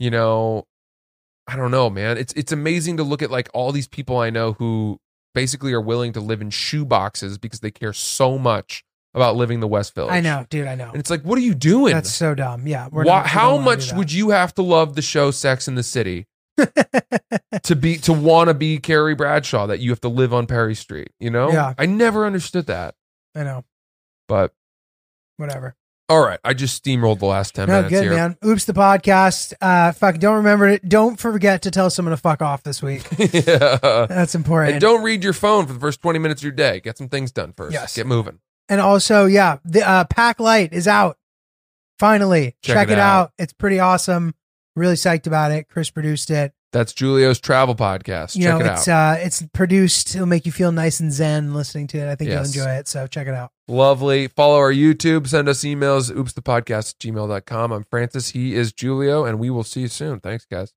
Speaker 5: you know, I don't know, man. It's it's amazing to look at like all these people I know who basically are willing to live in shoe boxes because they care so much about living the West Village.
Speaker 6: I know, dude. I know.
Speaker 5: And it's like, what are you doing?
Speaker 6: That's so dumb. Yeah.
Speaker 5: Why, how much would you have to love the show Sex in the City to be to want to be Carrie Bradshaw that you have to live on Perry Street? You know,
Speaker 6: Yeah.
Speaker 5: I never understood that.
Speaker 6: I know.
Speaker 5: But
Speaker 6: Whatever.
Speaker 5: all right, I just steamrolled the last ten
Speaker 6: No,
Speaker 5: minutes
Speaker 6: good
Speaker 5: here.
Speaker 6: man. Oops, the podcast. Uh, fuck. Don't remember it. Don't forget to tell someone to fuck off this week.
Speaker 5: yeah.
Speaker 6: That's important.
Speaker 5: And don't read your phone for the first 20 minutes of your day. Get some things done first.
Speaker 6: Yes.
Speaker 5: Get moving.
Speaker 6: And also, yeah, the uh, Pack Light is out. Finally,
Speaker 5: Check
Speaker 6: check,
Speaker 5: it
Speaker 6: it,
Speaker 5: out.
Speaker 6: out. It's pretty awesome. Really psyched about it. Chris produced it.
Speaker 5: That's Julio's travel podcast.
Speaker 6: You
Speaker 5: Check
Speaker 6: know,
Speaker 5: it out.
Speaker 6: it's uh, it's produced. It'll make you feel nice and zen listening to it. I think
Speaker 5: Yes.
Speaker 6: you'll enjoy it. So check it out.
Speaker 5: Lovely. Follow our YouTube. Send us emails. Oops, the podcast, gmail.com. I'm Francis. He is Julio, and we will see you soon. Thanks, guys.